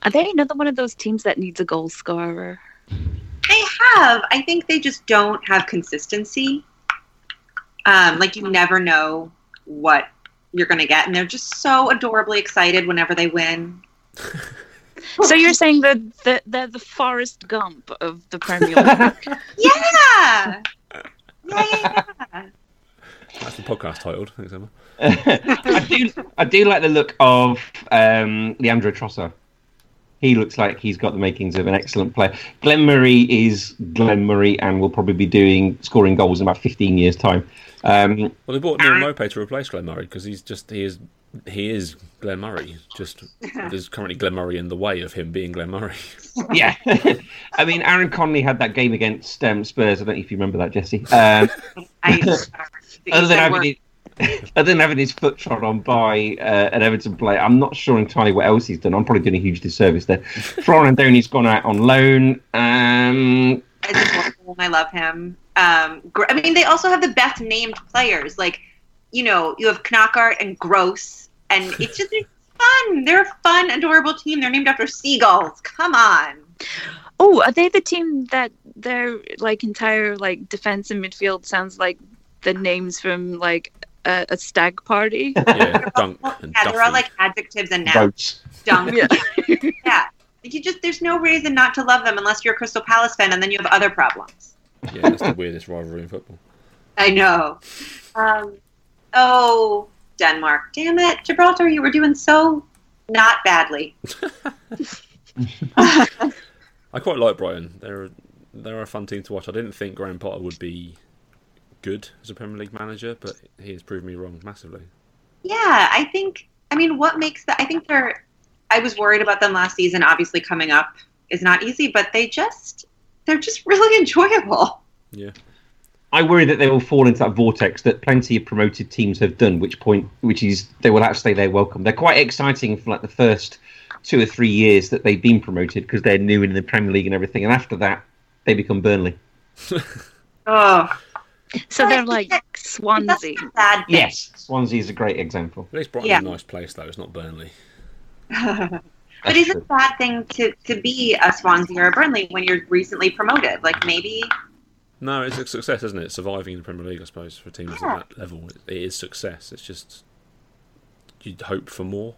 D: Are they another one of those teams that needs a goal scorer?
C: They have. I think they just don't have consistency. Um, like you never know what you're going to get, and they're just so adorably excited whenever they win.
D: So you're saying that the, they're the Forrest Gump of the Premier League?
C: Yeah. Yeah, yeah, yeah.
A: That's the podcast titled. Thanks, Emma.
B: I do, I do like the look of um, Leandro Trossard. He looks like he's got the makings of an excellent player. Glenn Murray is Glenn Murray and will probably be doing scoring goals in about 15 years' time. Um,
A: Well, they bought Neil Mope to replace Glenn Murray because he's just he is he is Glenn Murray. Just there's currently Glenn Murray in the way of him being Glenn Murray.
B: yeah, I mean, Aaron Conley had that game against um, Spurs. I don't know if you remember that, Jesse. Um,
C: I,
B: other than having his, other than having his foot trod on by uh, an Everton player, I'm not sure entirely what else he's done. I'm probably doing a huge disservice there. Florian Donny's gone out on loan. Um,
C: I just love him. I love him. Um, Gr- I mean, they also have the best named players. Like, you know, you have Knockart and Gross, and it's just it's fun. They're a fun, adorable team. They're named after seagulls. Come on.
D: Oh, are they the team that their like entire like defense and midfield sounds like the names from like a, a stag party?
A: Yeah, Dunk and
C: Yeah,
A: Duffy.
C: they're all like adjectives and nouns.
B: votes.
C: Dunk.
D: Yeah.
C: Yeah. You just there's no reason not to love them unless you're a Crystal Palace fan, and then you have other problems.
A: yeah, that's the weirdest rivalry in football.
C: I know. Um, oh, Denmark! Damn it, Gibraltar! You were doing so not badly.
A: I quite like Brighton. They're they're a fun team to watch. I didn't think Graham Potter would be good as a Premier League manager, but he has proven me wrong massively.
C: Yeah, I think. I mean, what makes that? I think they're. I was worried about them last season. Obviously, coming up is not easy, but they just they're just really enjoyable.
A: Yeah,
B: I worry that they will fall into that vortex that plenty of promoted teams have done, which point, which is they will outstay their welcome. They're quite exciting for like the first two or three years that they've been promoted because they're new in the Premier League and everything. And after that, they become Burnley.
C: Oh,
D: So they're like
C: that's
D: Swansea.
C: not a bad. thing.
B: Yes, Swansea is a great example.
A: at least Brighton's
C: Yeah.
A: a nice place though. It's not Burnley.
C: but
B: That's
C: is it a
B: true.
C: bad thing to to be a Swansea or a Burnley when you're recently promoted? Like maybe.
A: No, it's a success, isn't it? Surviving in the Premier League, I suppose, for teams
C: Yeah.
A: at that level, it is success. It's just you'd hope for more.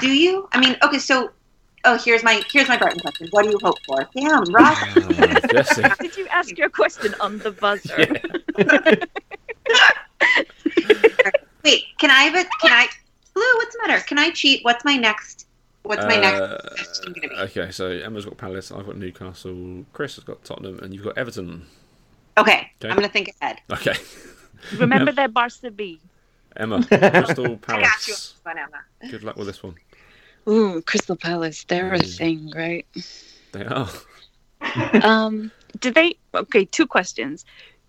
C: Do you? I mean, okay, so. Oh, here's my here's my Brighton question. What do you hope for? Damn, Ross.
A: Ah, Jesse.
D: Did you ask your question on the buzzer?
A: Yeah.
C: Wait, can I have a can I? Blue, what's the matter? Can I cheat? What's my next? What's my
A: Uh,
C: next question gonna be?
A: Okay, so Emma's got Palace, I've got Newcastle, Chris has got Tottenham, and you've got Everton.
C: Okay,
A: Okay.
C: I'm gonna think ahead.
A: Okay,
D: Remember their Barca B.
A: Emma, Crystal
C: I got you.
A: Palace.
C: Fun, Emma.
A: Good luck with this one.
D: Ooh, Crystal Palace. They're a
A: Mm.
D: thing, right?
A: They are.
D: Um, do they? Okay, two questions.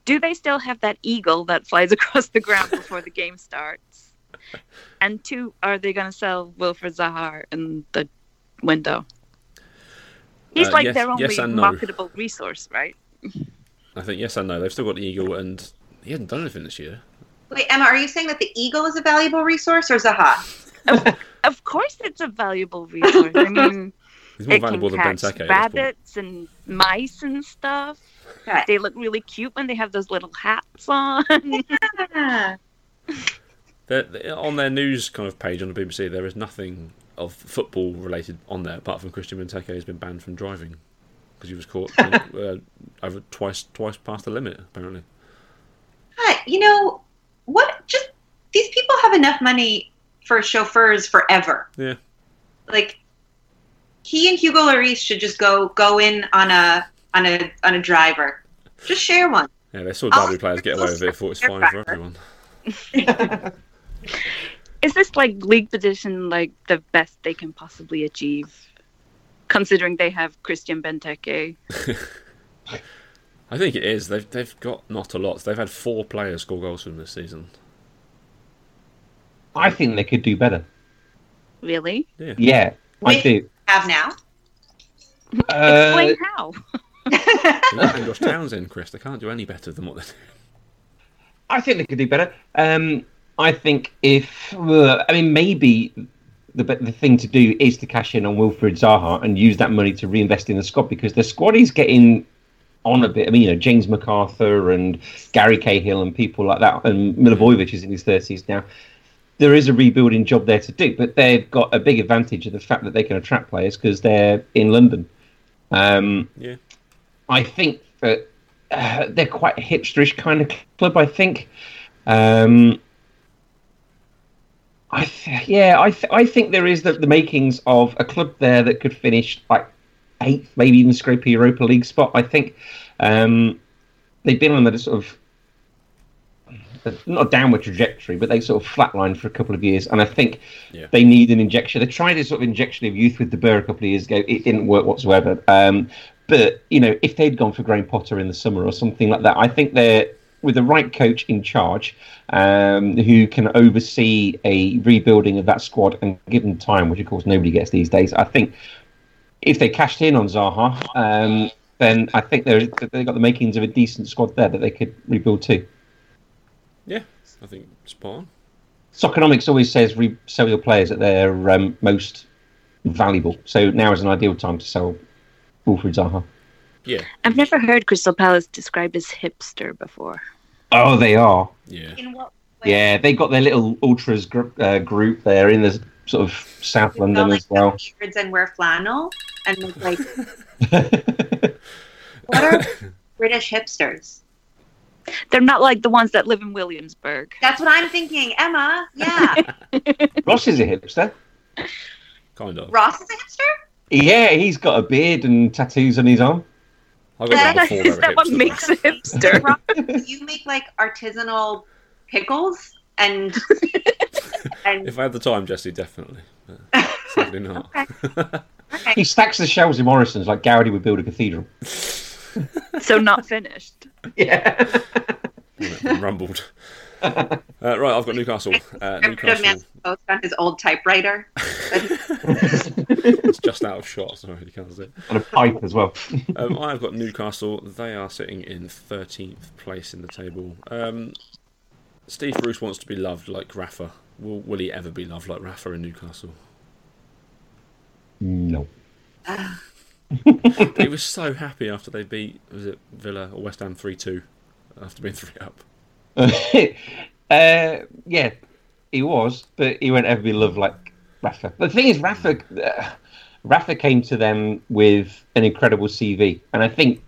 D: Do they still have that eagle that flies across the ground before the game starts? And two, are they going to sell Wilfred Zaha in the window? He's
A: Uh,
D: like
A: yes-
D: their only
A: yes and no.
D: marketable resource, right?
A: I think yes and no. They've still got the eagle, and he hasn't done anything this year.
C: Wait, Emma, are you saying that the eagle is a valuable resource or Zaha?
D: Of course, it's a valuable resource. I mean,
A: He's more
D: it can
A: valuable than Ben
D: catch
A: Seke. at this point.
D: rabbits and mice and stuff.
C: Okay.
D: They look really cute when they have those little hats on.
C: Ah,
A: They're- they're- on their news kind of page on the BBC, there is nothing of football related on there apart from Christian Benteke has been banned from driving because he was caught uh, over twice twice past the limit apparently.
C: you know what? Just these people have enough money for chauffeurs forever.
A: Yeah.
C: Like he and Hugo Lloris should just go go in on a on a on a driver. Just share one.
A: Yeah, they saw
C: Oh,
A: Derby players get away with it. Thought it's
C: they're
A: fine for
C: back.
A: everyone.
D: is this like league position like the best they can possibly achieve considering they have christian benteke
A: I think it is. They've they've got not a lot. They've had four players score goals from this season.
B: I think they could do better.
D: really
A: Yeah,
B: Yeah, I
C: Wait.
B: do.
C: Have now.
B: Uh,
D: explain how
A: and Josh Townsend, Chris. They can't do any better than what they do.
B: I think they could do better. Um, I think if uh, I mean maybe the be- the thing to do is to cash in on Wilfred Zaha and use that money to reinvest in the squad because the squad is getting on a bit. I mean, you know, James MacArthur and Gary Cahill and people like that, and Milivojevic is in his thirties now. There is a rebuilding job there to do, but they've got a big advantage of the fact that they can attract players because they're in London. Um,
A: Yeah,
B: I think that uh, they're quite a hipsterish kind of club. I think Um, I th- yeah, I th- I think there is the, the makings of a club there that could finish like eighth, maybe even scrape a Europa League spot. I think um, they've been on the sort of not a downward trajectory, but they sort of flatlined for a couple of years. And I think
A: Yeah.
B: they need an injection. They tried this sort of injection of youth with De Boer a couple of years ago. It didn't work whatsoever. Um, but you know, if they'd gone for Graham Potter in the summer or something like that, I think they're with the right coach in charge, um, who can oversee a rebuilding of that squad and give them time, which of course nobody gets these days. I think if they cashed in on Zaha, um, then I think they're- they've got the makings of a decent squad there that they could rebuild too.
A: Yeah, I think spot on.
B: Soconomics always says re- sell your players at their um, most valuable. So now is an ideal time to sell Wilfried Zaha.
A: Yeah,
D: I've never heard Crystal Palace described as hipster before.
B: Oh, they are.
A: yeah.
C: In what way?
B: Yeah, they got their little ultras gr- uh, group there in the sort of South
C: They smell
B: London
C: like
B: as well.
C: beards and wear flannel and look like
B: yeah,
C: what are British hipsters?
D: They're not like the ones that live in Williamsburg.
C: That's what I'm thinking, Emma. Yeah,
B: Ross is a hipster.
A: Kind of.
C: Ross is a hipster.
B: Yeah, he's got a beard and tattoos on his arm.
A: I've got down to four
D: Is
A: very
D: that what
A: hipsters.
D: makes a hipster?
C: Ross, you make like artisanal pickles and and
A: If I had the time, Jesse, definitely. But Sadly not.
B: He stacks the shelves in Morrison's like Gowdy would build a cathedral.
D: so not finished.
B: Yeah.
A: I'm rumbled. Uh, right, I've got Newcastle. Uh,
C: Get rid of
A: Newcastle.
C: Man's on his old typewriter.
A: It's just out of shot, so I really can't see it.
B: and a pipe as well.
A: Um, I've got Newcastle. They are sitting in 13th place in the table. Um, Steve Bruce wants to be loved like Rafa. Will, will he ever be loved like Rafa in Newcastle?
B: no.
A: he was so happy after they beat was it Villa or West Ham three two after being three up.
B: uh, yeah, he was, but he won't ever be loved like Rafa. The thing is, Rafa,
A: Mm.
B: uh, Rafa came to them with an incredible CV, and I think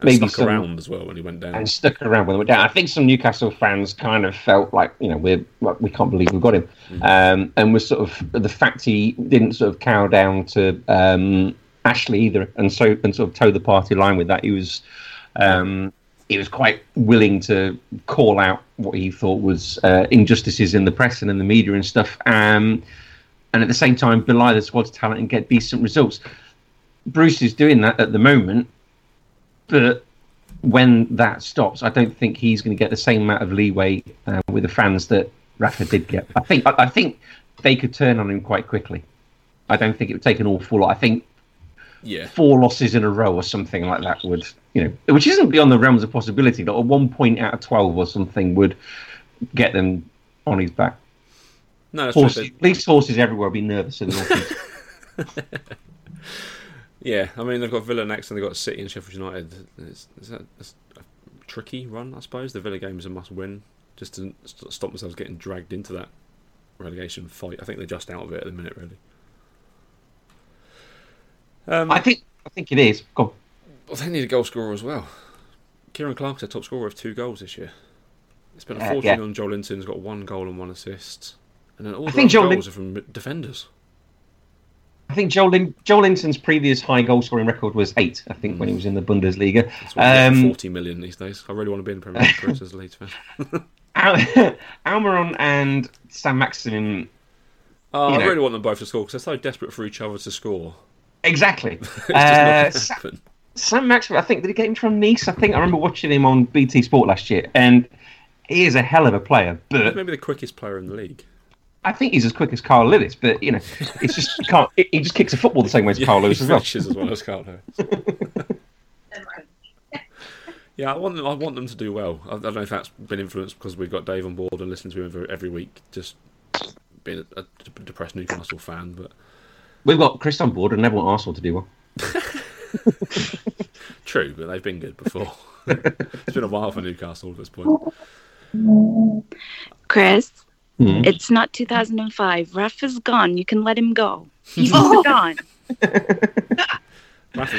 A: And
B: Maybe
A: stuck
B: some-
A: around as well when he went down.
B: and stuck around when they went down. I think some Newcastle fans kind of felt like you know we're like, we can't believe we got him, um, and was sort of the fact he didn't sort of cow down to um, Ashley either, and so and sort of toe the party line with that. He was um, he was quite willing to call out what he thought was uh, injustices in the press and in the media and stuff. Um, and at the same time, belie the squad's talent and get decent results. Bruce is doing that at the moment, but when that stops, I don't think he's going to get the same amount of leeway uh, with the fans that Rafa did get. I think I, I think they could turn on him quite quickly. I don't think it would take an awful lot. I think
A: Yeah,
B: four losses in a row or something like that would, you know, which isn't beyond the realms of possibility. That a one point out of twelve or something would get them on his back.
A: no, that's
B: Horses,
A: true. but-
B: police horses everywhere will be nervous in the North
A: Yeah, I mean they've got Villa next, and they've got City and Sheffield United. It's, is that that's a tricky run, I suppose? The Villa game is a must-win just to st- stop themselves getting dragged into that relegation fight. I think they're just out of it at the minute, really. Um,
B: I think I think it is. Go on.
A: Well, they need a goal scorer as well. Kieran Clark's their top scorer with two goals this year. It's been a
B: Uh,
A: 14
B: yeah.
A: on Joel Linton's got one goal and one assist. And then all the
B: think
A: other
B: Joel
A: goals are from defenders.
B: I think Joel, Lin- Joel Linton's previous high goal scoring record was eight, I think, when he was in the Bundesliga.
A: That's what we get for
B: Um,
A: 40 million these days. I really want to be in the Premier League for us as a Leeds fan.
B: Al- Almiron and Sam Maximin.
A: Oh,
B: You
A: I
B: know.
A: really want them both to score because they're so desperate for each other to score.
B: Exactly.
A: It's
B: Uh,
A: just
B: Sa-
A: not going to happen.
B: Sam Maximin, I think, did he get him from Nice? I think I remember watching him on BT Sport last year, and he is a hell of a player, but
A: Maybe the quickest player in the league.
B: I think he's as quick as Carl Lewis, but, you know, it's just, you can't, he just kicks a football the same way as Carl Lewis
A: he
B: as well.
A: finishes as well as Carl Lewis. Yeah, I want them. I want them to do well. I, I don't know if that's been influenced because we've got Dave on board and listening to him every, every week. Just being a, a d- depressed Newcastle fan, but
B: We've got Chris on board, and never want Arsenal to do well.
A: true. But they've been good before. it's been a while for Newcastle at this point.
D: Chris,
B: Hmm.
D: it's not 2005. Rafa's gone. You can let him go. He's gone.
A: Rafa's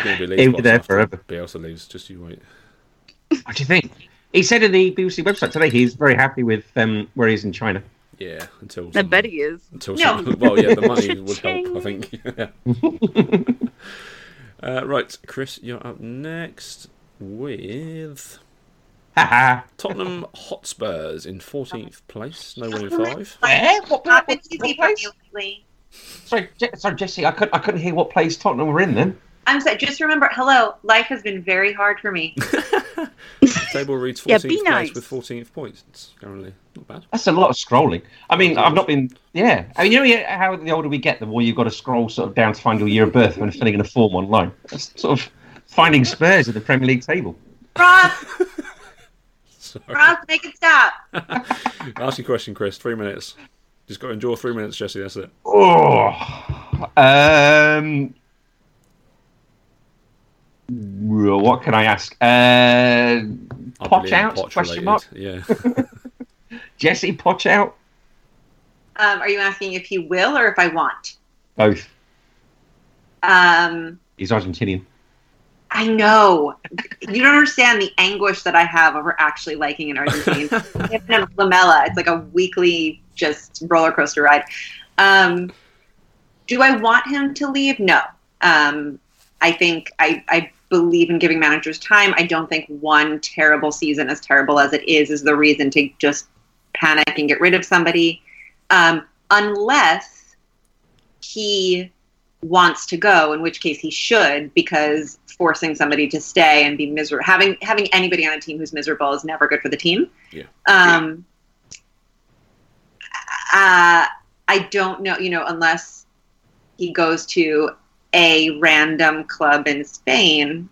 A: going to be Leeds
B: He'll be
A: boss
B: there
A: after
B: forever.
A: Bielsa leaves. Just you wait.
B: What do you think? He said in the BBC website today he's very happy with um, where he is in China.
A: Yeah, until
D: I
A: some-
D: bet he is.
A: Until
C: No.
A: some- well, yeah, the money would help, I
D: Cha-ching.
A: think. Yeah. uh, right, Chris, you're up next with
B: Ha ha.
A: Tottenham Hotspurs in 14th place, no one in five.
B: Eh? What,
C: Not been
B: what-
C: easy
B: what
C: for
B: place?
C: you lately.
B: Sorry, Je- sorry, Jesse, I couldn't, I couldn't hear what place Tottenham were in then.
C: I'm sorry. Just remember, hello. Life has been very hard for me.
A: Table reads 14th
D: Yeah, be
A: place
D: nice.
A: with 14th points currently. Not bad.
B: That's a lot of scrolling. I mean, I've not been. Yeah, I mean, you know yeah, how the older we get, the more you've got to scroll sort of down to find your year of birth when filling in a form online. That's sort of finding Spurs at the Premier League table.
C: Ross,
A: Sorry.
D: Ah.
C: Ross, make it stop.
A: Ask your question, Chris. Three minutes. Just got to endure three minutes, Jesse. That's it.
B: Oh, um, well, what can I ask? Uh,
A: I
B: Poch
A: believe
B: out?
A: Poch related.
B: question mark?
A: Yeah.
B: Jesse Poch out?
C: Um, are you asking if he will or if I want?
B: Both.
C: Um,
B: He's Argentinian.
C: I know. You don't understand the anguish that I have over actually liking an Argentine. Him and Lamella, it's like a weekly just roller coaster ride. Um, do I want him to leave? No. Um, I think I, I believe in giving managers time. I don't think one terrible season, as terrible as it is, is the reason to just panic and get rid of somebody, um, unless he wants to go, in which case he should, because forcing somebody to stay and be miserable, having having anybody on a team who's miserable is never good for the team.
A: Yeah.
C: Um. Uh, I don't know, you know, unless he goes to a random club in Spain.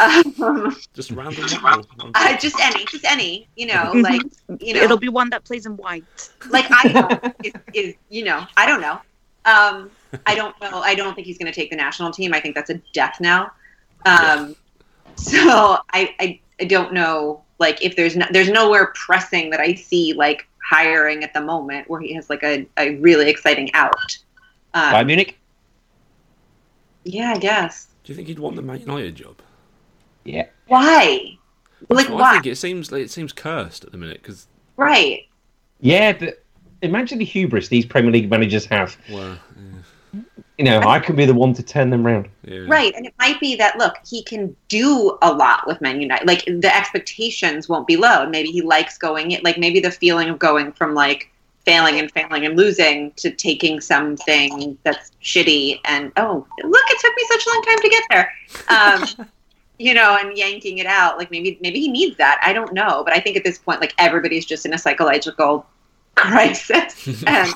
C: Um,
A: Just random.
C: uh, just any, just any, you know, like you know,
D: It'll be one that plays in white.
C: like I is, is you know I don't know. Um, I don't know. I don't think he's going to take the national team. I think that's a death now. Um, So I, I I don't know. Like if there's no, there's nowhere pressing that I see like hiring at the moment where he has like a, a really exciting out.
A: Uh,
B: By
C: Um,
B: Munich?
C: yeah, I guess.
A: Do you think he'd want the Man United job?
B: Yeah.
C: Why? Like
A: Well, I
C: why?
A: think it seems like it seems cursed at the minute because
C: Right.
B: Yeah, but imagine the hubris these Premier League managers have.
A: well,
B: You know, I can be the one to turn them round.
A: yeah, yeah.
C: Right. And it might be that, look, he can do a lot with Man United. Like, the expectations won't be low. Maybe he likes going, in- like, maybe the feeling of going from, like, failing and failing and losing to taking something that's shitty and, oh, look, it took me such a long time to get there. Um, you know, and yanking it out. Like, maybe, maybe he needs that. I don't know. But I think at this point, like, everybody's just in a psychological crisis. and,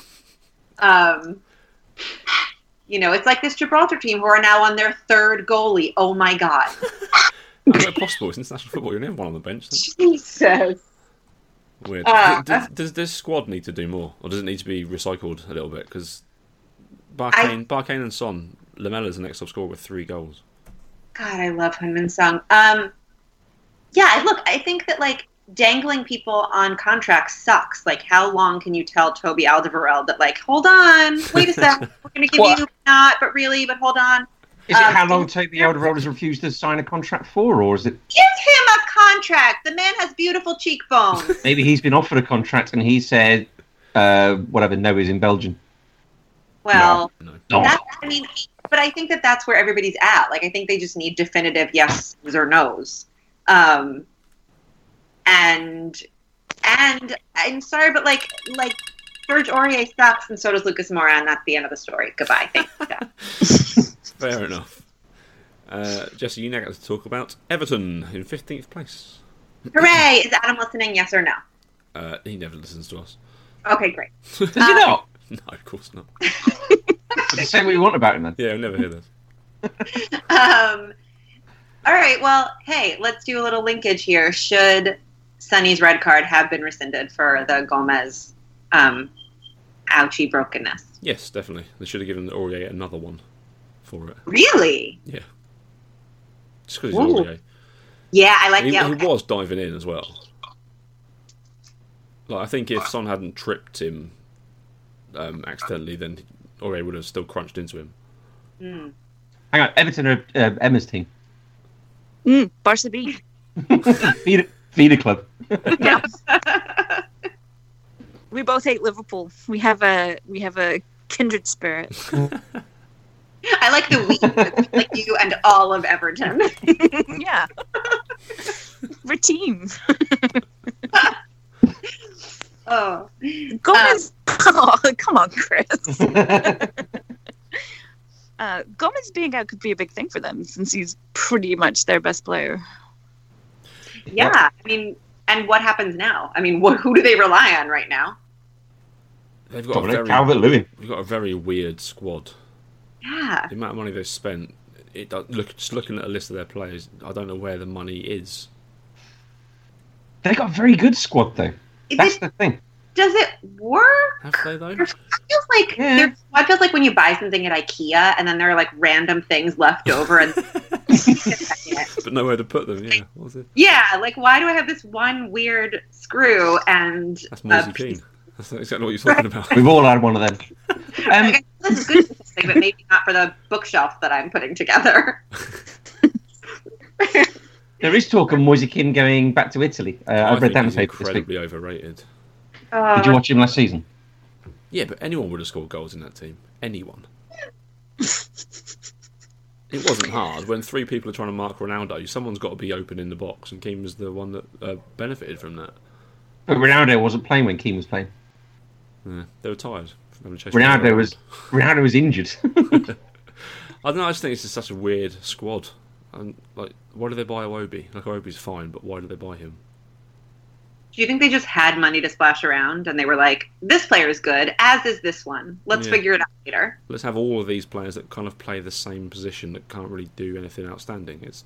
C: um, you know, it's like this Gibraltar team who are now on their third goalie. Oh my God.
A: Is that possible? It's international football. You never one on the bench. That's
C: Jesus.
A: weird.
C: Uh,
A: does, does this squad need to do more, or does it need to be recycled a little bit? Because Barkane, Barkane and Son, Lamella's the next top scorer with three goals.
C: God, I love Hunman Song. Um, yeah, I- look, I think that like dangling people on contracts sucks. Like, how long can you tell Toby Alderweireld that like, hold on, wait a sec, we're going to give
B: What?
C: you not, but really, but hold on,
B: Is it
C: Um,
B: how long Toby Alderweireld has refused to sign a contract for, or is it
C: give him a contract. The man has beautiful cheekbones.
B: maybe he's been offered a contract and he said, uh, whatever, no, he's in Belgium.
C: Well.
A: No.
B: No.
C: That's, I mean, but I think that that's where everybody's at. Like, I think they just need definitive yeses or nos. Um, and and I'm sorry, but like like George Aurier sucks, and so does Lucas Mora, and that's the end of the story. Goodbye. Thank you.
A: Fair enough. Uh, Jesse, you now get to talk about Everton in 15th place.
C: Hooray! Is Adam listening? Yes or no?
A: Uh, he never listens to us.
C: Okay, great.
B: Does he not?
A: No, of course not.
B: Just say what you want about him then.
A: Yeah, I'll never hear this.
C: Um, all right. Well, hey, let's do a little linkage here. Should Sonny's red card have been rescinded for the Gomez um, ouchie brokenness?
A: Yes, definitely. They should have given Aurier another one for it.
C: Really?
A: Yeah. Just because he's
C: Ooh.
A: Aurier.
C: Yeah, I like
A: He,
C: yeah.
A: he
C: okay.
A: was diving in as well. Like I think if Son hadn't tripped him um, accidentally, then Aurier would have still crunched into him.
C: Mm.
B: Hang on, Everton are uh, Emma's team.
D: Mm, Barca B.
B: Be- Feeder Club.
D: Yeah. we both hate Liverpool. We have a we have a kindred spirit.
C: I like the we, It's like you and all of Everton.
D: yeah. We're team.
C: Oh,
D: Um, Gomez oh, come on, Chris. Uh, Gomez being out could be a big thing for them since he's pretty much their best player.
C: yeah. I mean, and what happens now? I mean, what, who do they rely on right now?
A: They've got a
B: Dominic
A: very,
B: Calvert Lewin.
A: they've got a very weird squad.
C: Yeah,
A: The amount of money they've spent, it does- look just looking at a list of their players, I don't know where the money is.
B: They got a very good squad though.
C: Is
B: That's
C: it-
B: the thing.
C: does it work?
A: Have they though?
C: feels like
B: Yeah.
C: their squad feels like when you buy something at IKEA and then there are like random things left over and
A: But nowhere to put them. Yeah, what was it?
C: yeah, like why do I have this one weird screw and
A: That's
C: uh,
A: Moisey Keane. That's exactly what you're talking about.
B: We've all had one of them. Um,
C: like, I know this is good for something, but maybe not for the bookshelf that I'm putting together.
B: there is talk of Moise Keane going back to Italy. Uh, I,
A: think
B: read that in the
A: he's
B: paper this week.
A: incredibly overrated.
B: Did you watch him last season?
A: Yeah, but anyone would have scored goals in that team. Anyone. it wasn't hard. When three people are trying to mark Ronaldo, someone's got to be open in the box, and Keane was the one that uh, benefited from that.
B: But Ronaldo wasn't playing when Keane was playing.
A: Yeah, they were tired. from having to chase people
B: Ronaldo
A: around.
B: was Ronaldo was injured.
A: I don't know. I just think it's just such a weird squad. And like, why do they buy Iwobi? Like, Iwobi's fine, but why do they buy him?
C: Do you think they just had money to splash around and they were like, this player is good, as is this one. Let's
A: Yeah.
C: figure it out later.
A: Let's have all of these players that kind of play the same position that can't really do anything outstanding. It's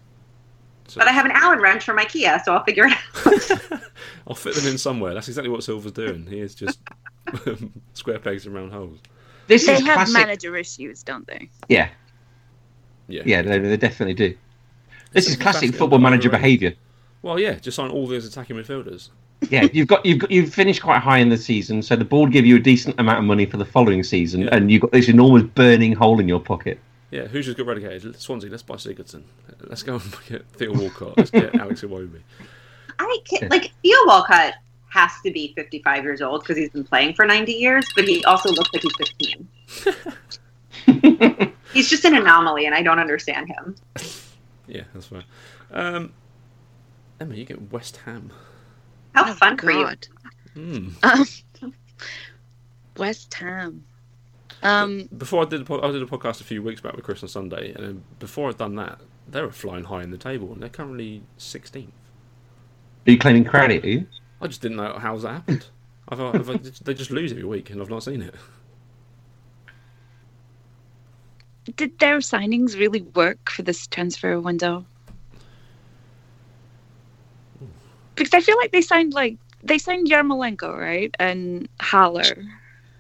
A: so,
C: But I have an Allen wrench from IKEA, so I'll figure it out.
A: I'll fit them in somewhere. That's exactly what Silver's doing. He is just square pegs and round holes.
B: this
D: They
B: is
D: have
B: classic.
D: manager issues, don't they?
B: Yeah,
A: Yeah.
B: yeah, they, they definitely do. This is
A: It's
B: classic
A: basket
B: football
A: and
B: manager
A: overrated.
B: behaviour.
A: Well, yeah, just sign all these attacking midfielders.
B: Yeah, you've got you've got you've finished quite high in the season, so the board give you a decent amount of money for the following season,
A: Yeah.
B: and you've got this enormous burning hole in your pocket.
A: Yeah, who's just got relegated? Swansea, let's buy Sigurdsson. Let's go and get Theo Walcott. Let's get Alex Iwobi.
C: I can't, like, Theo Walcott has to be 55 years old because he's been playing for 90 years, but he also looks like he's 15. he's just an anomaly, and I don't understand him.
A: Yeah, that's fine. Um, Emma, you get West Ham.
C: How fun for you.
D: Oh, God. Um,
A: Hmm.
D: West Ham. Um,
A: Before I did, a po- I did a podcast a few weeks back with Chris on Sunday, and then before I'd done that, they were flying high in the table, and they're currently 16th.
B: Are you claiming credit? Are you?
A: I just didn't know how's that happened. I've, I've, I just- they just lose every week, and I've not seen it.
D: did their signings really work for this transfer window? Because I feel like they signed like they signed Yarmolenko, right, and Haller.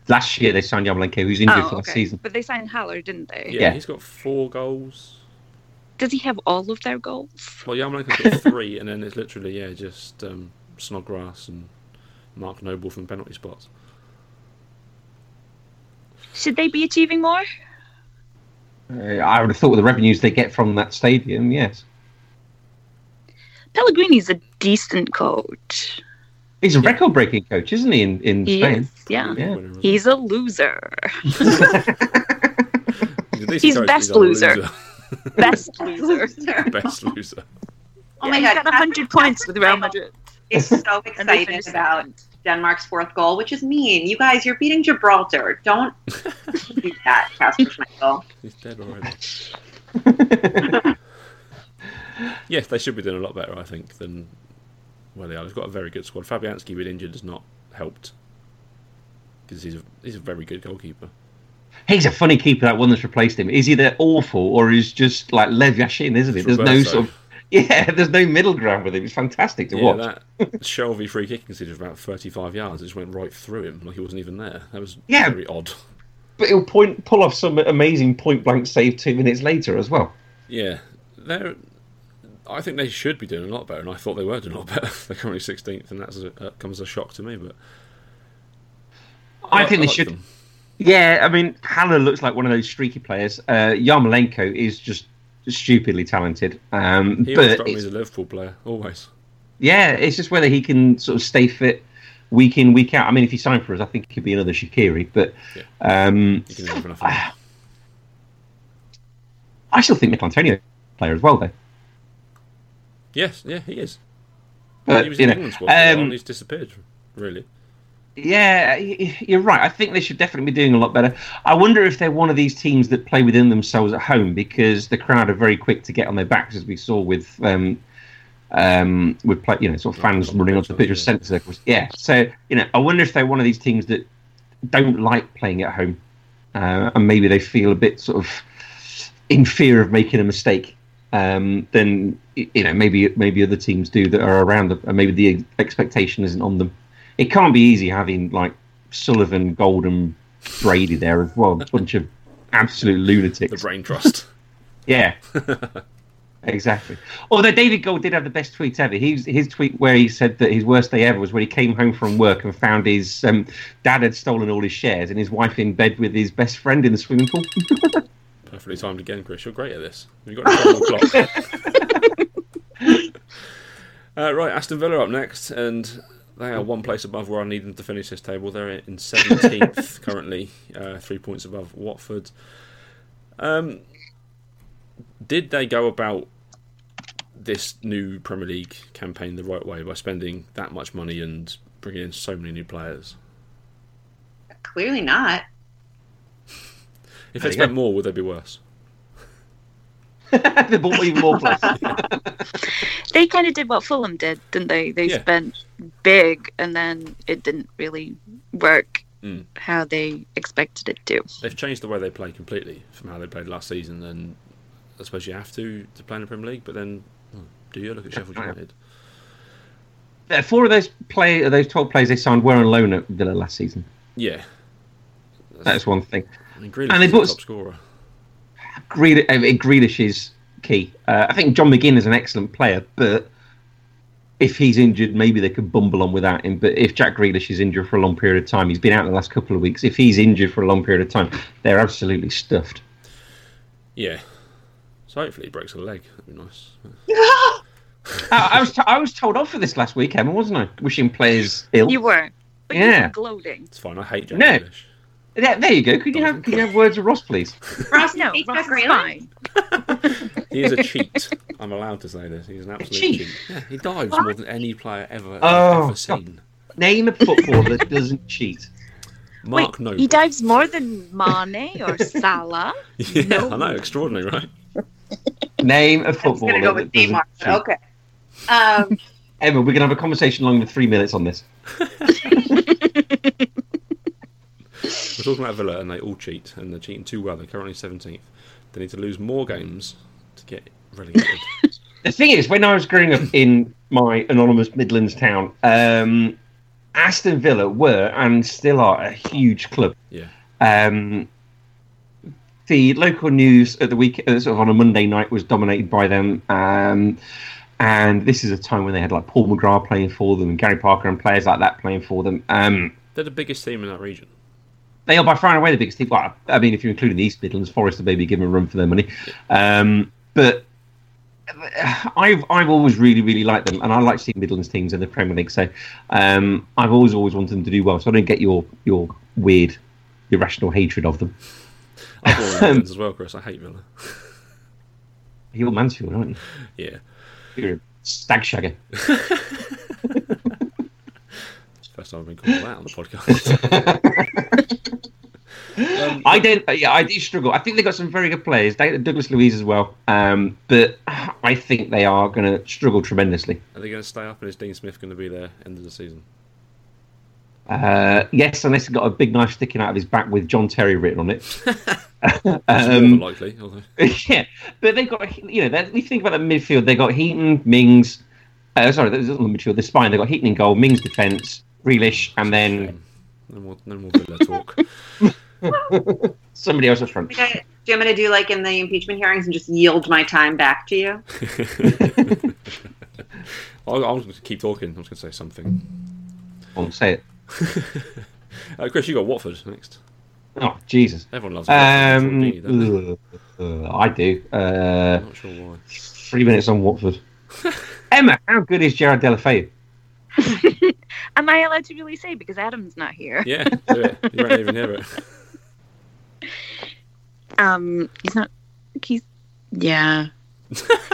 B: Last year they signed Yamalenko, who's injured for
D: Oh,
B: last
D: okay.
B: season.
D: But they signed Haller, didn't they?
A: Yeah,
B: Yeah.
A: he's got four goals.
D: Does he have all of their goals?
A: Well, Yarmolenko's got three, and then it's literally yeah, just um, Snodgrass and Mark Noble from penalty spots.
D: Should they be achieving more?
B: Uh, I would have thought with the revenues they get from that stadium, yes.
D: Pellegrini's a decent coach.
B: He's a record-breaking coach, isn't he? In in
D: He
B: Spain,
D: is, yeah.
B: Yeah.
A: Winner of-
D: He's a loser.
A: a decent
D: he's
A: coach,
D: best
A: not a
D: loser. Best loser.
C: Loser.
A: best loser.
C: Oh my
D: yeah,
C: god,
D: He got 100 points with Real Madrid.
C: is so
D: And they
C: excited
D: finished
C: about
D: second.
C: Denmark's fourth goal, which is mean. You guys, you're beating Gibraltar. Don't do that, Casper Schmeichel.
A: He's dead already. yes, they should be doing a lot better, I think, than where they are. They've got a very good squad. Fabianski being injured has not helped because he's a, he's a very good goalkeeper.
B: he's a funny keeper. That one that's replaced him. Is he that awful, or is just like Lev Yashin? Isn't it?
A: It's
B: There's no
A: Roberto.
B: sort of yeah. There's no middle ground with him. It's fantastic to watch.
A: Yeah, that Shelby free kick considered about 35 yards. It just went right through him, like he wasn't even there. That was
B: Yeah.
A: very odd.
B: But he'll point pull off some amazing point blank save two minutes later as well.
A: Yeah, they're. I think they should be doing a lot better, and I thought they were doing a lot better. they're currently 16th, and that's a, that comes as a shock to me. But
B: I think they
A: like
B: should.
A: them.
B: Yeah, I mean, Haller looks like one of those streaky players. Uh, Yarmolenko is just stupidly talented. Um,
A: He always
B: but
A: struck me
B: it's-
A: as a Liverpool player, always.
B: Yeah, it's just whether he can sort of stay fit week in, week out. I mean, if he signed for us, I think he could be another Shakiri. But um,
A: You can do nothing.
B: I I still think Mikel Antonio is a player as well, though.
A: yes, yeah, he is.
B: But,
A: he was
B: you
A: in
B: know,
A: England squad, for a while
B: um,
A: and he's disappeared. Really,
B: Yeah, y- y- you're right. I think they should definitely be doing a lot better. I wonder if they're one of these teams that play within themselves at home because the crowd are very quick to get on their backs, as we saw with um, um, with play, you know sort of fans
A: Yeah,
B: running onto the pitch of
A: yeah.
B: centre circles. Yeah, so you know, I wonder if they're one of these teams that don't like playing at home, uh, and maybe they feel a bit sort of in fear of making a mistake. Um, then y- you know maybe maybe other teams do that are around them, and maybe the expectation isn't on them. It can't be easy having like Sullivan, Golden, Brady there as well, a bunch of absolute
A: the
B: lunatics.
A: brain trust.
B: Yeah. exactly. Although David Gold did have the best tweet ever. He's, his tweet where he said that his worst day ever was when he came home from work and found his um, dad had stolen all his shares and his wife in bed with his best friend in the swimming pool.
A: Perfectly timed again, Chris. You're great at this. Have you got a normal clock? uh, right, Aston Villa up next, and they are one place above where I need them to finish this table. They're in 17th currently, uh, three points above Watford. Um, did they go about this new Premier League campaign the right way by spending that much money and bringing in so many new players?
E: Clearly not.
A: If
B: There
A: they
B: you go.
A: spent more, would they be worse?
B: they bought even more players.
D: They kind of did what Fulham did, didn't they? They
A: Yeah.
D: spent big and then it didn't really work
A: Mm.
D: how they expected it to.
A: they've changed the way they play completely from how they played last season, and I suppose you have to to play in the Premier League. But then, hmm, do you look at Sheffield United?
B: Uh, Four of those play, those 12 players they signed were on loan at Villa last season.
A: Yeah,
B: That's one thing.
A: I mean, Grealish
B: And they
A: is
B: bought-
A: the top scorer.
B: Grealish, uh, Grealish is key. Uh, I think John McGinn is an excellent player, but if he's injured, maybe they could bumble on without him. But if Jack Grealish is injured for a long period of time, he's been out the last couple of weeks. If he's injured for a long period of time, they're absolutely stuffed.
A: Yeah, so hopefully he breaks a leg. That'd be nice.
B: I, I was t- I was told off for this last week, Emma, wasn't I? Wishing players ill.
D: You were. But you
B: Yeah.
D: were gloating.
A: It's fine. I hate Jack
B: No.
A: Grealish.
B: There, there you go. Could you have could you have words with Ross, please?
E: Ross,
D: No,
E: take
D: Ross
E: Jack
D: is
E: Grealish?
D: fine.
A: He is a cheat. I'm allowed to say this. He's an absolute
B: cheat?
A: cheat. Yeah, he dives more than any player ever
B: Oh,
A: I've ever
B: God.
A: seen.
B: Name a footballer that doesn't cheat.
A: Mark
D: Wait,
A: Noble.
D: He dives more than Mane or Salah.
A: yeah, I know. Extraordinary, right?
B: Name a
E: I'm just
B: footballer
E: gonna go with
B: that doesn't
E: Neymar.
B: cheat.
E: Okay. Um,
B: Emma, we're gonna have a conversation longer than three minutes on this.
A: We're talking about Villa, and they all cheat, and they're cheating too well. They're currently 17th. They need to lose more games to get relegated.
B: The thing is, when I was growing up in my anonymous Midlands town, um, Aston Villa were and still are a huge club.
A: yeah.
B: Um, the local news at the week, uh, sort of on a Monday night, was dominated by them. Um, and this is a time when they had like Paul McGrath playing for them, and Gary Parker, and players like that playing for them. Um,
A: They're the biggest team in that region.
B: they are by far and away the biggest team. Well, I mean, if you're including the East Midlands, Forest are maybe given a run for their money. Um, but I've I've always really really liked them, and I like seeing Midlands teams in the Premier League. So um, I've always always wanted them to do well. So I don't get your your weird irrational hatred of them.
A: I've got one of those as well, Chris. I hate Villa.
B: You're Mansfield, aren't you?
A: Yeah,
B: You're a stag shagger.
A: it's the first time I've been called that on the podcast. um,
B: I don't. Yeah, I do struggle. I think they got some very good players. They- Douglas Louise as well. Um, but I think they are going to struggle tremendously.
A: are they going to stay up, and is Dean Smith going to be there end of the season?
B: Uh, yes, unless he's got a big knife sticking out of his back with John Terry written on it.
A: It's more than
B: um,
A: likely, although
B: yeah, but they've got you know that- we think about the midfield. They got Heaton, Mings. Uh, sorry, that was not the midfield. The spine. They got Heaton in goal, Mings defence, Grealish, and then
A: no more, no more Villa talk.
B: somebody else up front.
E: okay, do you want me to do like in the impeachment hearings and just yield my time back to you?
A: I'll, I'll just keep talking. I was going to say something.
B: I'll say it.
A: Uh, Chris, you got Watford next.
B: Oh Jesus.
A: Everyone loves Watford.
B: Um,
A: unfortunately, don't they?
B: ugh, ugh, I do. Uh,
A: I'm not sure why.
B: three minutes on Watford. Emma, how good is Jared Delafeu?
D: Am I allowed to really say because Adam's not here?
A: Yeah, do it. You won't even hear it.
D: Um, he's not. He's yeah.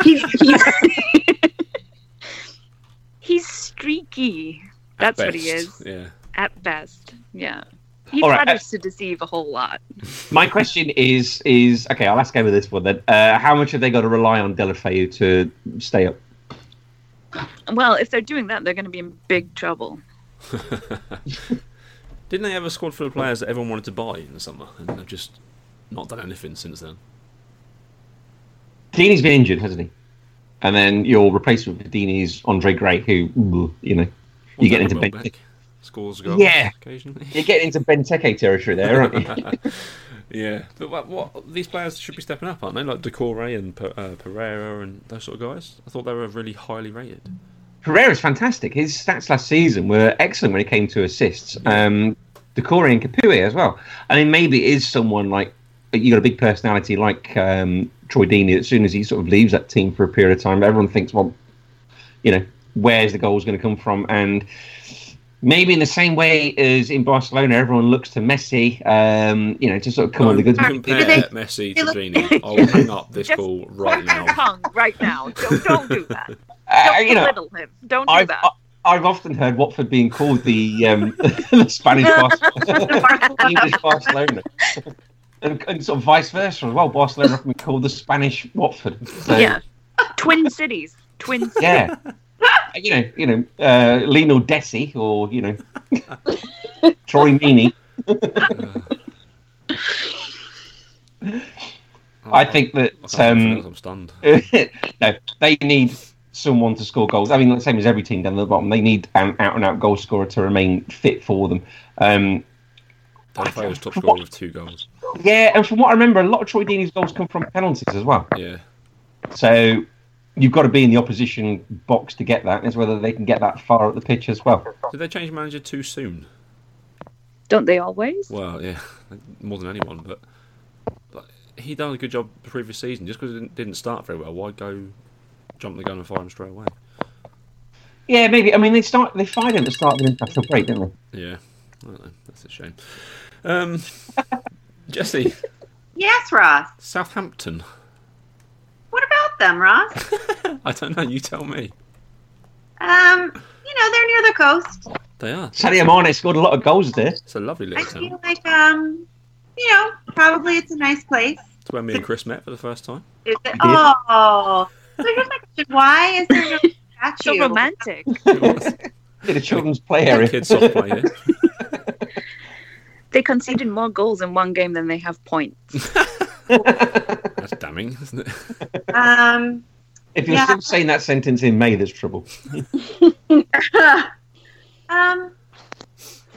D: he's he's, he's streaky.
A: At
D: That's what he
A: best,
D: is
A: Yeah.
D: at best. Yeah. He
B: All right,
D: tries to deceive a whole lot.
B: My question is is okay. I'll ask Emma this one then. Uh, how much have they got to rely on Delafeu to stay up?
D: Well, if they're doing that, they're going to be in big trouble.
A: Didn't they have a squad full of players that everyone wanted to buy in the summer, and they've just not done anything since then?
B: Deeney's been injured, hasn't he? And then your replacement for Deeney is Andre Gray, who ooh, you know you get into
A: Well,
B: Ben,
A: Welbeck scores a goal
B: Yeah.
A: occasionally.
B: you get into Benteke territory there, aren't you?
A: yeah, but what, what these players should be stepping up, aren't they? Like Decore and Per- uh, Pereira and those sort of guys. I thought they were really highly rated.
B: Pereira's fantastic. His stats last season were excellent when it came to assists. Um, Decore and Kapui as well. I mean, maybe it is someone like you got a big personality like um, Troy Deeney. As soon as he sort of leaves that team for a period of time, everyone thinks, well, you know, where's the goals going to come from? And maybe in the same way as in Barcelona, everyone looks to Messi, um, you know, to sort of come on the
A: Don't
B: good.
A: compare
E: they- they
A: Messi to
E: look-
A: Deeney. I'll hang up this
D: Just-
A: call right
D: Hold your
A: now.
D: tongue right now. Don't, don't do that.
B: Uh,
D: Don't
B: you know,
D: belittle him. Don't do
B: I've,
D: that.
B: I- I've often heard Watford being called the, um, the Spanish Barcelona. English Barcelona. And, and sort of vice versa as well. Barcelona often called the Spanish Watford. So,
D: yeah. Twin cities. Twin cities.
B: yeah. you know, you know, uh, Lionel Desi or you know, Troy Meany. I think that
A: I can't
B: um,
A: believe I'm stunned.
B: no, they need someone to score goals. I mean, the same as every team down the bottom, they need an out and out goal scorer to remain fit for them. Um,
A: Delafeu was top scorer with two goals.
B: yeah, and from what I remember, a lot of Troy Deeney's goals come from penalties as well.
A: Yeah,
B: So you've got to be in the opposition box to get that. Is whether they can get that far up the pitch as well.
A: did they change manager too soon?
D: Don't they always?
A: Well, yeah, more than anyone, but, but he done a good job the previous season. Just because it didn't, didn't start very well, why go jump the gun and fire him straight away?
B: Yeah, maybe. I mean, they start they fired him at the start of the international break, didn't they?
A: Yeah, I don't know. That's a shame. Um, Jesse,
E: Yes, Ross.
A: Southampton.
E: What about them, Ross?
A: I don't know. You tell me.
E: Um, you know, they're near the coast.
A: They are.
B: Sadio Mane scored a lot of goals there.
A: It's a lovely
E: I
A: little town.
E: feel like, um, you know, probably it's a nice place.
A: It's where me and Chris met for the first time.
E: Is it? Oh. So here's my question: Why is there no
D: So
E: statue?
D: romantic.
A: It was.
B: In a children's play
A: The
B: area.
A: kids soft play here.
D: They conceded more goals in one game than they have points.
A: That's damning, isn't it?
E: Um,
B: if you're
E: Yeah.
B: still saying that sentence in May, there's trouble.
E: um,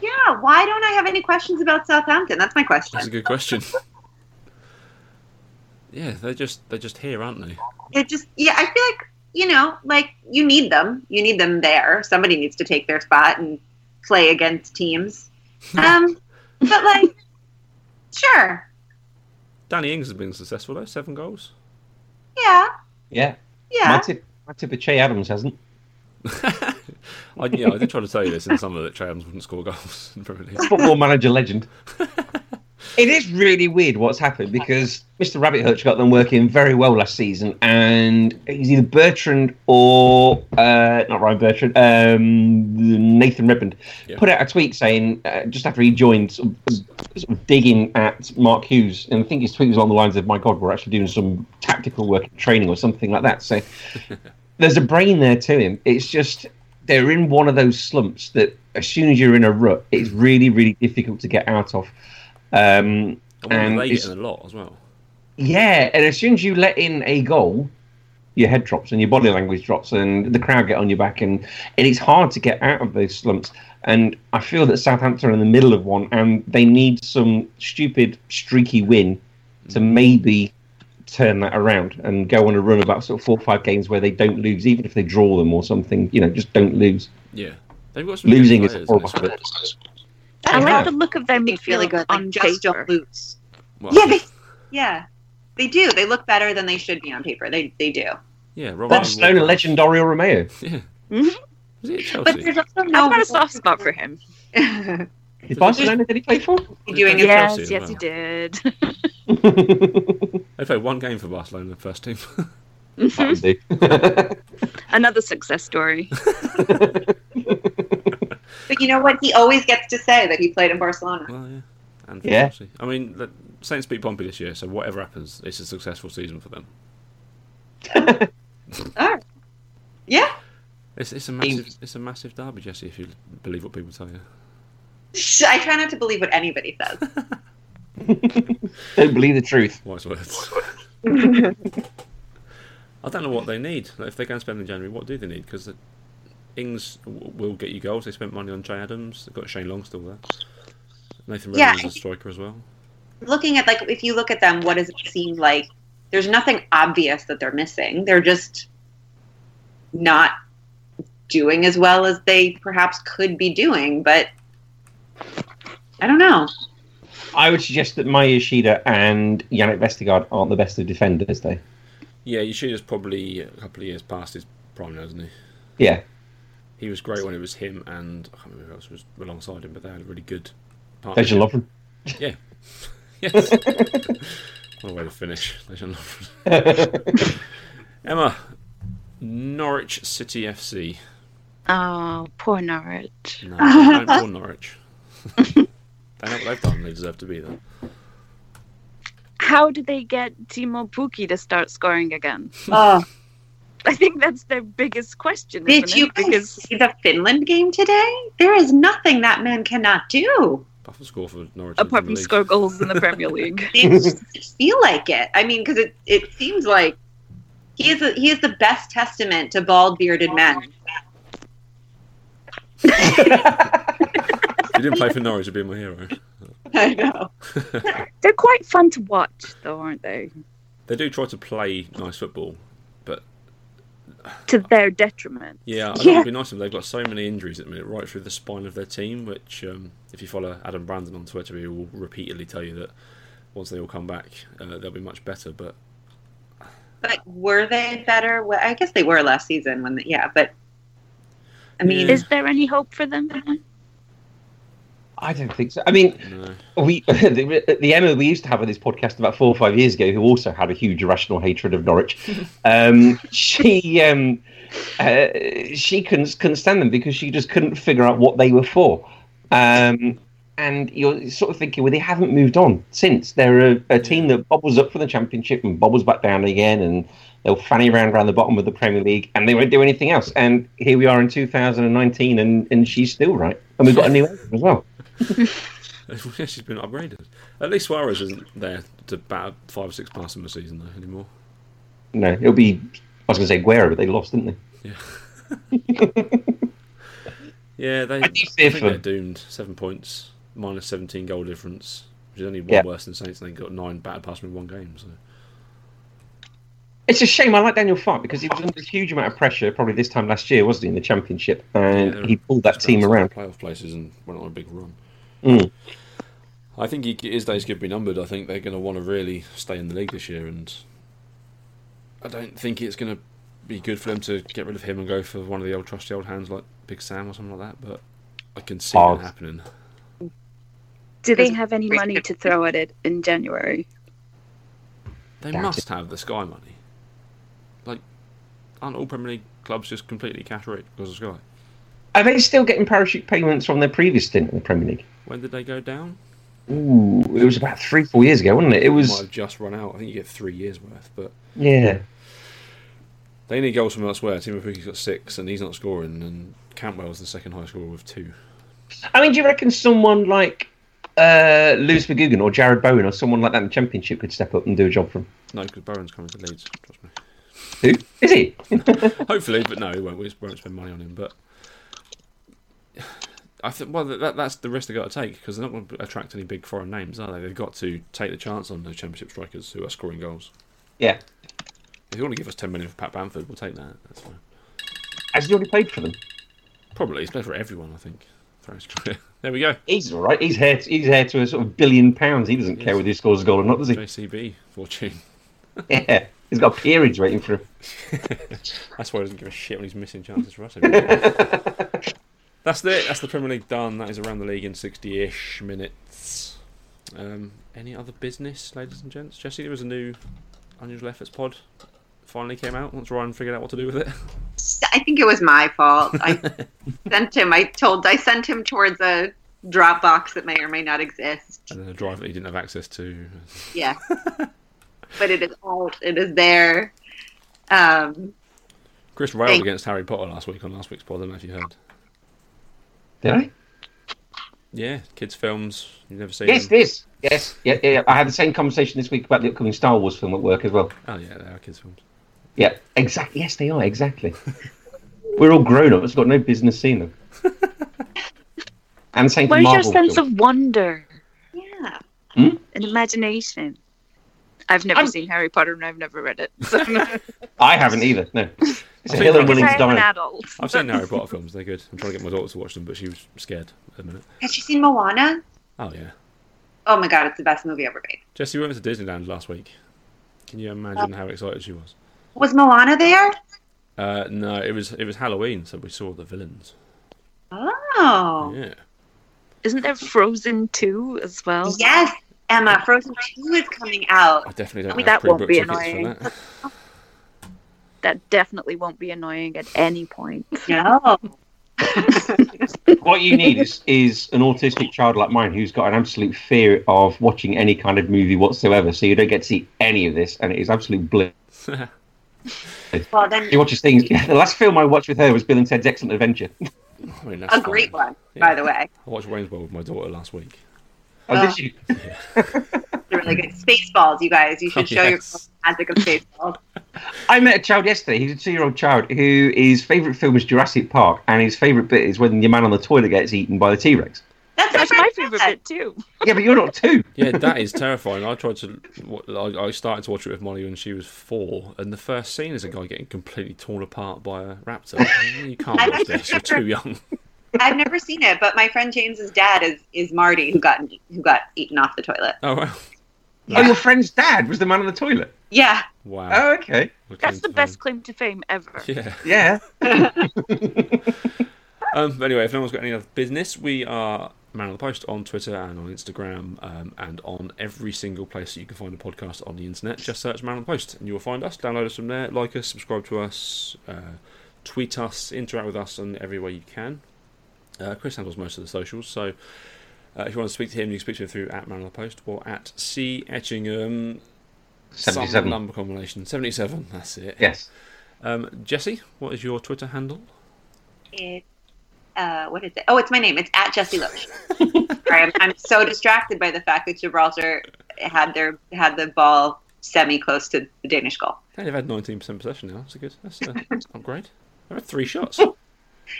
E: yeah. Why don't I have any questions about Southampton? That's my
A: That's a
E: question.
A: good question. Yeah, they're just they're just here, aren't they?
E: It just, yeah, I feel like you know, like you need them. You need them there. Somebody needs to take their spot and play against teams. Um, but like, sure,
A: Danny Ings has been successful though, seven goals.
E: yeah,
B: Yeah. My
E: yeah.
B: tip, my tip of Che Adams hasn't.
A: I, yeah, I did try to tell you this in the summer that Trey Adams wouldn't score goals in Premier League.
B: Football manager legend. it is really weird what's happened because Mr. Rabbit Hutch got them working very well last season, and he's either Bertrand or uh, not Ryan Bertrand, um, Nathan Redmond
A: Yeah.
B: put out a tweet saying uh, just after he joined, sort of, sort of digging at Mark Hughes, and I think his tweet was along the lines of, "My God, we're actually doing some tactical work and training or something like that." So there's a brain there to him. It's just they're in one of those slumps that as soon as you're in a rut, it's really, really difficult to get out of. Um,
A: And
B: and
A: um, they
B: it's-
A: getting a lot as well.
B: yeah, and as soon as you let in a goal, your head drops and your body language drops, and the crowd get on your back, and, and it's hard to get out of those slumps. And I feel that Southampton are in the middle of one, and they need some stupid streaky win to maybe turn that around and go on a run of about sort of four or five games where they don't lose, even if they draw them or something. You know, just don't lose.
A: Yeah, they've got some good
B: Losing is
A: players,
B: horrible.
A: though, so-
D: I like the
B: Yeah,
D: look of their midfield on paper.
E: lose.
A: well,
E: Yeah, they, yeah, they do. They look better than they should be on paper. They they do.
A: Yeah, Robert
B: Rob
A: Ian
B: Stone, a
A: Walker.
B: legend, Oriel Romeo.
A: Yeah.
D: Mhm.
A: Was it
E: But
A: at Chelsea?
E: there's also
D: I've
E: no.
D: got a soft spot for him.
E: You're
B: Is Barcelona that he played for?
E: doing
A: Yeah.
E: it.
D: Yes,
A: Chelsea as
D: yes,
A: well.
D: he did.
A: They played one game for Barcelona, the first team.
D: Another success story.
E: But you know what? He always gets to say that he played in Barcelona.
A: well, yeah. And for
B: Yeah.
A: Chelsea. I mean, the Saints beat Pompey this year, so whatever happens, it's a successful season for them.
E: Yeah.
A: It's, it's a massive, it's a massive derby, Jesse. If you believe what people tell you,
E: Shh, I try not to believe what anybody says.
B: Don't believe the truth.
A: wise words. I don't know what they need. Like, if they're going to spend in January, what do they need? Because the Ings w- will get you goals. They spent money on Jay Adams. They've got Shane Long still there. Nathan
E: Yeah,
A: Redmond
E: I
A: is a striker as well.
E: Looking at like if you look at them, what does it seem like? There's nothing obvious that they're missing. They're just not doing as well as they perhaps could be doing. But I don't know.
B: I would suggest that Maya Yoshida and Yannick Vestergaard aren't the best of defenders, though.
A: Yeah, Yoshida's probably a couple of years past his prime now, isn't he?
B: Yeah.
A: He was great when it was him and I can't remember who else was alongside him, but they had a really good
B: Dejan
A: partnership.
B: Lovren.
A: Yeah. yes. what a way to finish. Dejan Lovren. Emma, Norwich City FC.
D: Oh, poor Norwich.
A: No, don't call Norwich. they know what they've done. They deserve to be there.
D: How did they get Timo Pukki to start scoring again?
E: Oh,
D: I think that's their biggest question.
E: did
D: isn't
E: you
D: it?
E: guys
D: Because
E: see the Finland game today? There is nothing that man cannot do.
A: Buffle score for Norwich.
D: apart from
A: leads the
D: score goals in the Premier League,
E: They just feel like it. I mean, because it, it seems like he is a, he is the best testament to bald bearded men.
A: league. If you didn't play for Norwich, you'd be my hero.
E: I know.
D: they're quite fun to watch, though, aren't they?
A: They do try to play nice football, but
D: To their detriment.
A: yeah, I think
E: Yeah.
A: it'd be nice if they've got so many injuries at the minute, right through the spine of their team. Which, um, if you follow Adam Brandon on Twitter, he will repeatedly tell you that once they all come back, uh, they'll be much better. But
E: But were they better? Well, I guess they were last season when, the, yeah. But I mean,
A: Yeah.
D: Is there any hope for them?
B: I don't think so. I mean,
A: no,
B: we the, the Emma we used to have on this podcast about four or five years ago, who also had a huge irrational hatred of Norwich. Um, she um, uh, she couldn't couldn't stand them because she just couldn't figure out what they were for. Um, and you're sort of thinking, well, they haven't moved on since. They're a, a team that bobbles up for the championship and bobbles back down again, and they'll fanny around around the bottom of the Premier League, and they won't do anything else. And here we are in 2019, and, and she's still right, and we've got a new owner as well.
A: yeah, she's been upgraded. At least Suarez isn't there to bat five or six past him a season though anymore.
B: No, it'll be. I was going to say Guerra, but they lost, didn't they?
A: Yeah. yeah, they. I,
B: I do fear
A: think
B: for-
A: they're doomed. Seven points, minus seventeen goal difference, which is only one
B: Yeah.
A: worse than Saints. And they got nine batted past them in one game. So
B: It's a shame. I like Daniel Fark because he was under a huge amount of pressure, probably this time last year, wasn't he, in the championship? And
A: Yeah.
B: he pulled that team around.
A: playoff places and went on a big run.
B: Mm.
A: I think he, his days could be numbered. I think they're going to want to really stay in the league this year, and I don't think it's going to be good for them to get rid of him and go for one of the old trusty old hands like Big Sam or something like that. But I can see
B: Oz.
A: that happening.
D: Do they have any money to throw at it in January?
A: They
B: Doubt
A: must have the Sky money. Like, aren't all Premier League clubs just completely cash rich because of Sky?
B: Are they still getting parachute payments from their previous stint in the Premier League?
A: When did they go down?
B: Ooh, it was about three, four years ago, wasn't it? It
A: Might
B: was.
A: have just run out. I think you get three years worth, but
B: Yeah.
A: they need goals from elsewhere. Timo Pukki's got six, and he's not scoring. And Cantwell's the second highest scorer with two.
B: I mean, do you reckon someone like uh, Lewis McGugan or Jared Bowen or someone like that in the championship could step up and do a job for him?
A: No, because Barron's coming to Leeds. Trust me.
B: Who? Is he?
A: Hopefully, but no, he won't. We just won't spend money on him. But I think well, that, that's the risk they've got to take because they're not going to attract any big foreign names, are they? They've got to take the chance on those Championship strikers who are scoring goals.
B: yeah.
A: If you want to give us 10 million for Pat Bamford, we'll take that. That's fine.
B: Has he already played for them?
A: Probably. He's played for everyone, I think. throughout his career. There we go.
B: He's all right. He's here. To, he's here to a sort of billion pounds. He doesn't care whether he scores a goal or not, does he?
A: JCB, 14.
B: Yeah. He's got a peerage waiting for him.
A: That's why he doesn't give a shit when he's missing chances for us. every week. That's it. That's the Premier League done. That is around the league in 60 ish minutes. Um, any other business, ladies and gents? Jesse, there was a new Unusual Efforts pod. Finally came out once Ryan figured out what to do with it.
C: I think it was my fault. I sent him. I told. I sent him towards a Dropbox that may or may not exist.
A: And then a drive that he didn't have access to.
C: Yes, but it is out. It is there. Um,
A: Chris railed
C: Thank-
A: against Harry Potter last week on last week's pod. I don't know if you heard.
B: Did I?
A: Yeah, kids' films. You've never seen
B: Yes,
A: them.
B: this. Yes. Yeah, yeah, yeah. I had the same conversation this week about the upcoming Star Wars film at work as well.
A: Oh, yeah, they are kids' films.
B: Yeah, exactly. Yes, they are. Exactly. We're all grown ups. Got no business seeing them. and the same for
D: Where's your
B: Marvel
D: sense
B: films.
D: of wonder
C: yeah.
A: Hmm?
D: and imagination? I've never seen Harry Potter and I've never read it. So
B: I haven't either. No. It's a
A: think
B: hill I'm
A: I've
B: willing
D: I'm
B: to
D: an
B: die.
D: adult.
A: I've seen Harry Potter films. They're good. I'm trying to get my daughter to watch them, but she was scared at the minute.
C: Has she seen Moana?
A: Oh, yeah.
C: Oh my god, it's the best movie ever made.
A: Jesse we went to Disneyland last week. Can you imagine how excited she was?
C: Was Moana there?
A: Uh, no, it was it was Halloween, so we saw the villains.
C: Oh.
A: Yeah,
D: Isn't there Frozen 2 as well?
C: Yes, Emma. Frozen Two is coming out.
A: I definitely don't
D: I mean,
A: have
D: that won't
A: pre-booked
D: be
A: tickets
D: annoying.
A: for that.
D: That definitely won't be annoying at any point.
C: No.
B: What you need is, is an autistic child like mine who's got an absolute fear of watching any kind of movie whatsoever. So you don't get to see any of this, and it is absolute bliss.
C: Well, then
B: She watches things. the last film I watched with her was Bill and Ted's Excellent Adventure.
A: I mean, that's
C: a great
A: fine.
C: one,
A: Yeah.
C: by the way.
A: I watched Wayne's World with my daughter last week.
B: Oh,
C: Oh.
B: did you?
C: It's really good. Spaceballs, you guys. You should
A: Oh,
C: show
A: yes.
C: your magic of Spaceballs.
B: I met a child yesterday. He's a two-year-old child who his favourite film is Jurassic Park, and his favourite bit is when your man on the toilet gets eaten by the T-Rex.
C: That's,
D: That's
C: what
D: my
C: I
D: favorite
C: said.
D: bit too.
B: Yeah, but you're not two.
A: Yeah, that is terrifying. I tried to, wa- I I started to watch it with Molly when she was four, and the first scene is a guy getting completely torn apart by a raptor. You can't
C: I
A: watch
C: like
A: this. You're too young.
C: I've never seen it, but my friend James's dad is is Marty, who got who got eaten off the toilet.
A: Oh wow!
B: Oh, your friend's dad was the man on the toilet.
C: Yeah,
A: Wow.
B: Oh, okay.
A: What
D: That's the
A: kind
D: best claim to fame ever.
A: of- Yeah.
B: Yeah.
A: Um, but anyway, if no one's got any other business, we are Man on the Post on Twitter and on Instagram um, and on every single place that you can find a podcast on the internet. Just search Man on the Post and you will find us. Download us from there, like us, subscribe to us, uh, tweet us, interact with us on every way you can. Uh, Chris handles most of the socials, so uh, if you want to speak to him, you can speak to him through at Man on the Post or at C Etchingham. Some
B: 77.
A: number combination. 77, that's it.
B: Yes.
A: Um, Jesse, what is your Twitter handle?
C: it. Uh, what is it? Oh, it's my name. It's at Jesse Loach. Sorry, I'm, I'm so distracted by the fact that Gibraltar had their had the ball semi close to the Danish goal.
A: Hey, they've had 19% possession now. That's a good. That's an upgrade. They've had three shots.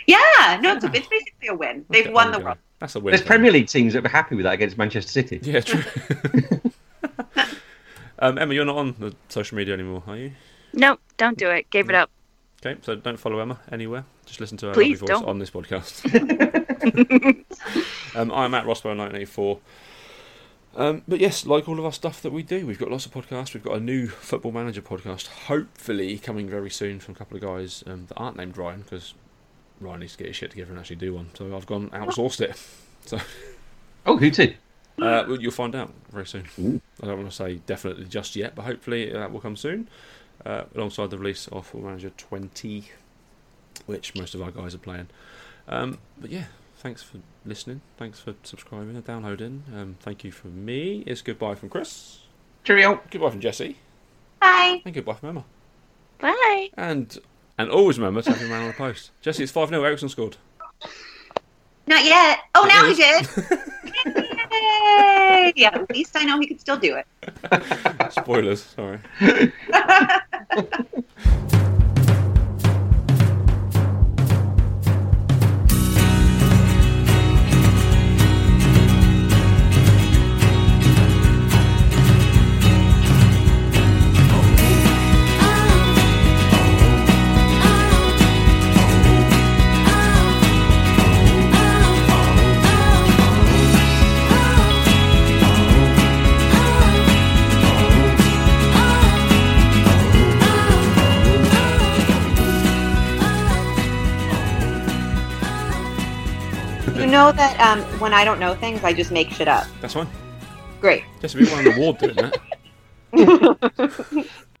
C: Yeah, no, it's, it's basically a win. They've
A: Okay, oh,
C: won
A: there
C: the
A: we go.
C: world.
A: That's a win.
B: There's
A: for
B: Premier League teams that were happy with that against Manchester City.
A: them. Yeah, true. um, Emma, you're not on the social media anymore, are you?
D: No, don't do it. Gave it up.
A: Okay, so don't follow Emma anywhere. Just listen to her
D: Please
A: lovely voice
D: don't.
A: on this podcast. um, I'm at Rossbow 1984. Um, but yes, like all of our stuff that we do, we've got lots of podcasts. We've got a new football manager podcast, hopefully coming very soon from a couple of guys um, that aren't named Ryan because Ryan needs to get his shit together and actually do one. So I've gone outsourced it. So
B: Oh, who too?
A: uh, well, you'll find out very soon. I don't want to say definitely just yet, but hopefully that will come soon, uh, alongside the release of Football Manager 20, which most of our guys are playing. Um, but yeah, thanks for listening. Thanks for subscribing and downloading. Um, thank you from me. It's goodbye from Chris.
B: Cheerio.
A: Goodbye from Jesse.
C: Bye.
A: And goodbye from Emma.
D: Bye.
A: And and always remember to have your man on the post. Jesse, it's 5 0. Ericsson scored.
C: Not yet. Oh,
A: It
C: now
A: is.
C: he did. Yay! Yeah, at least I know he could still do it.
A: Spoilers, sorry.
F: Oh
C: know that um, when I don't know things, I just make shit up.
A: That's fine.
C: Great.
A: Yes, we won an award doing that.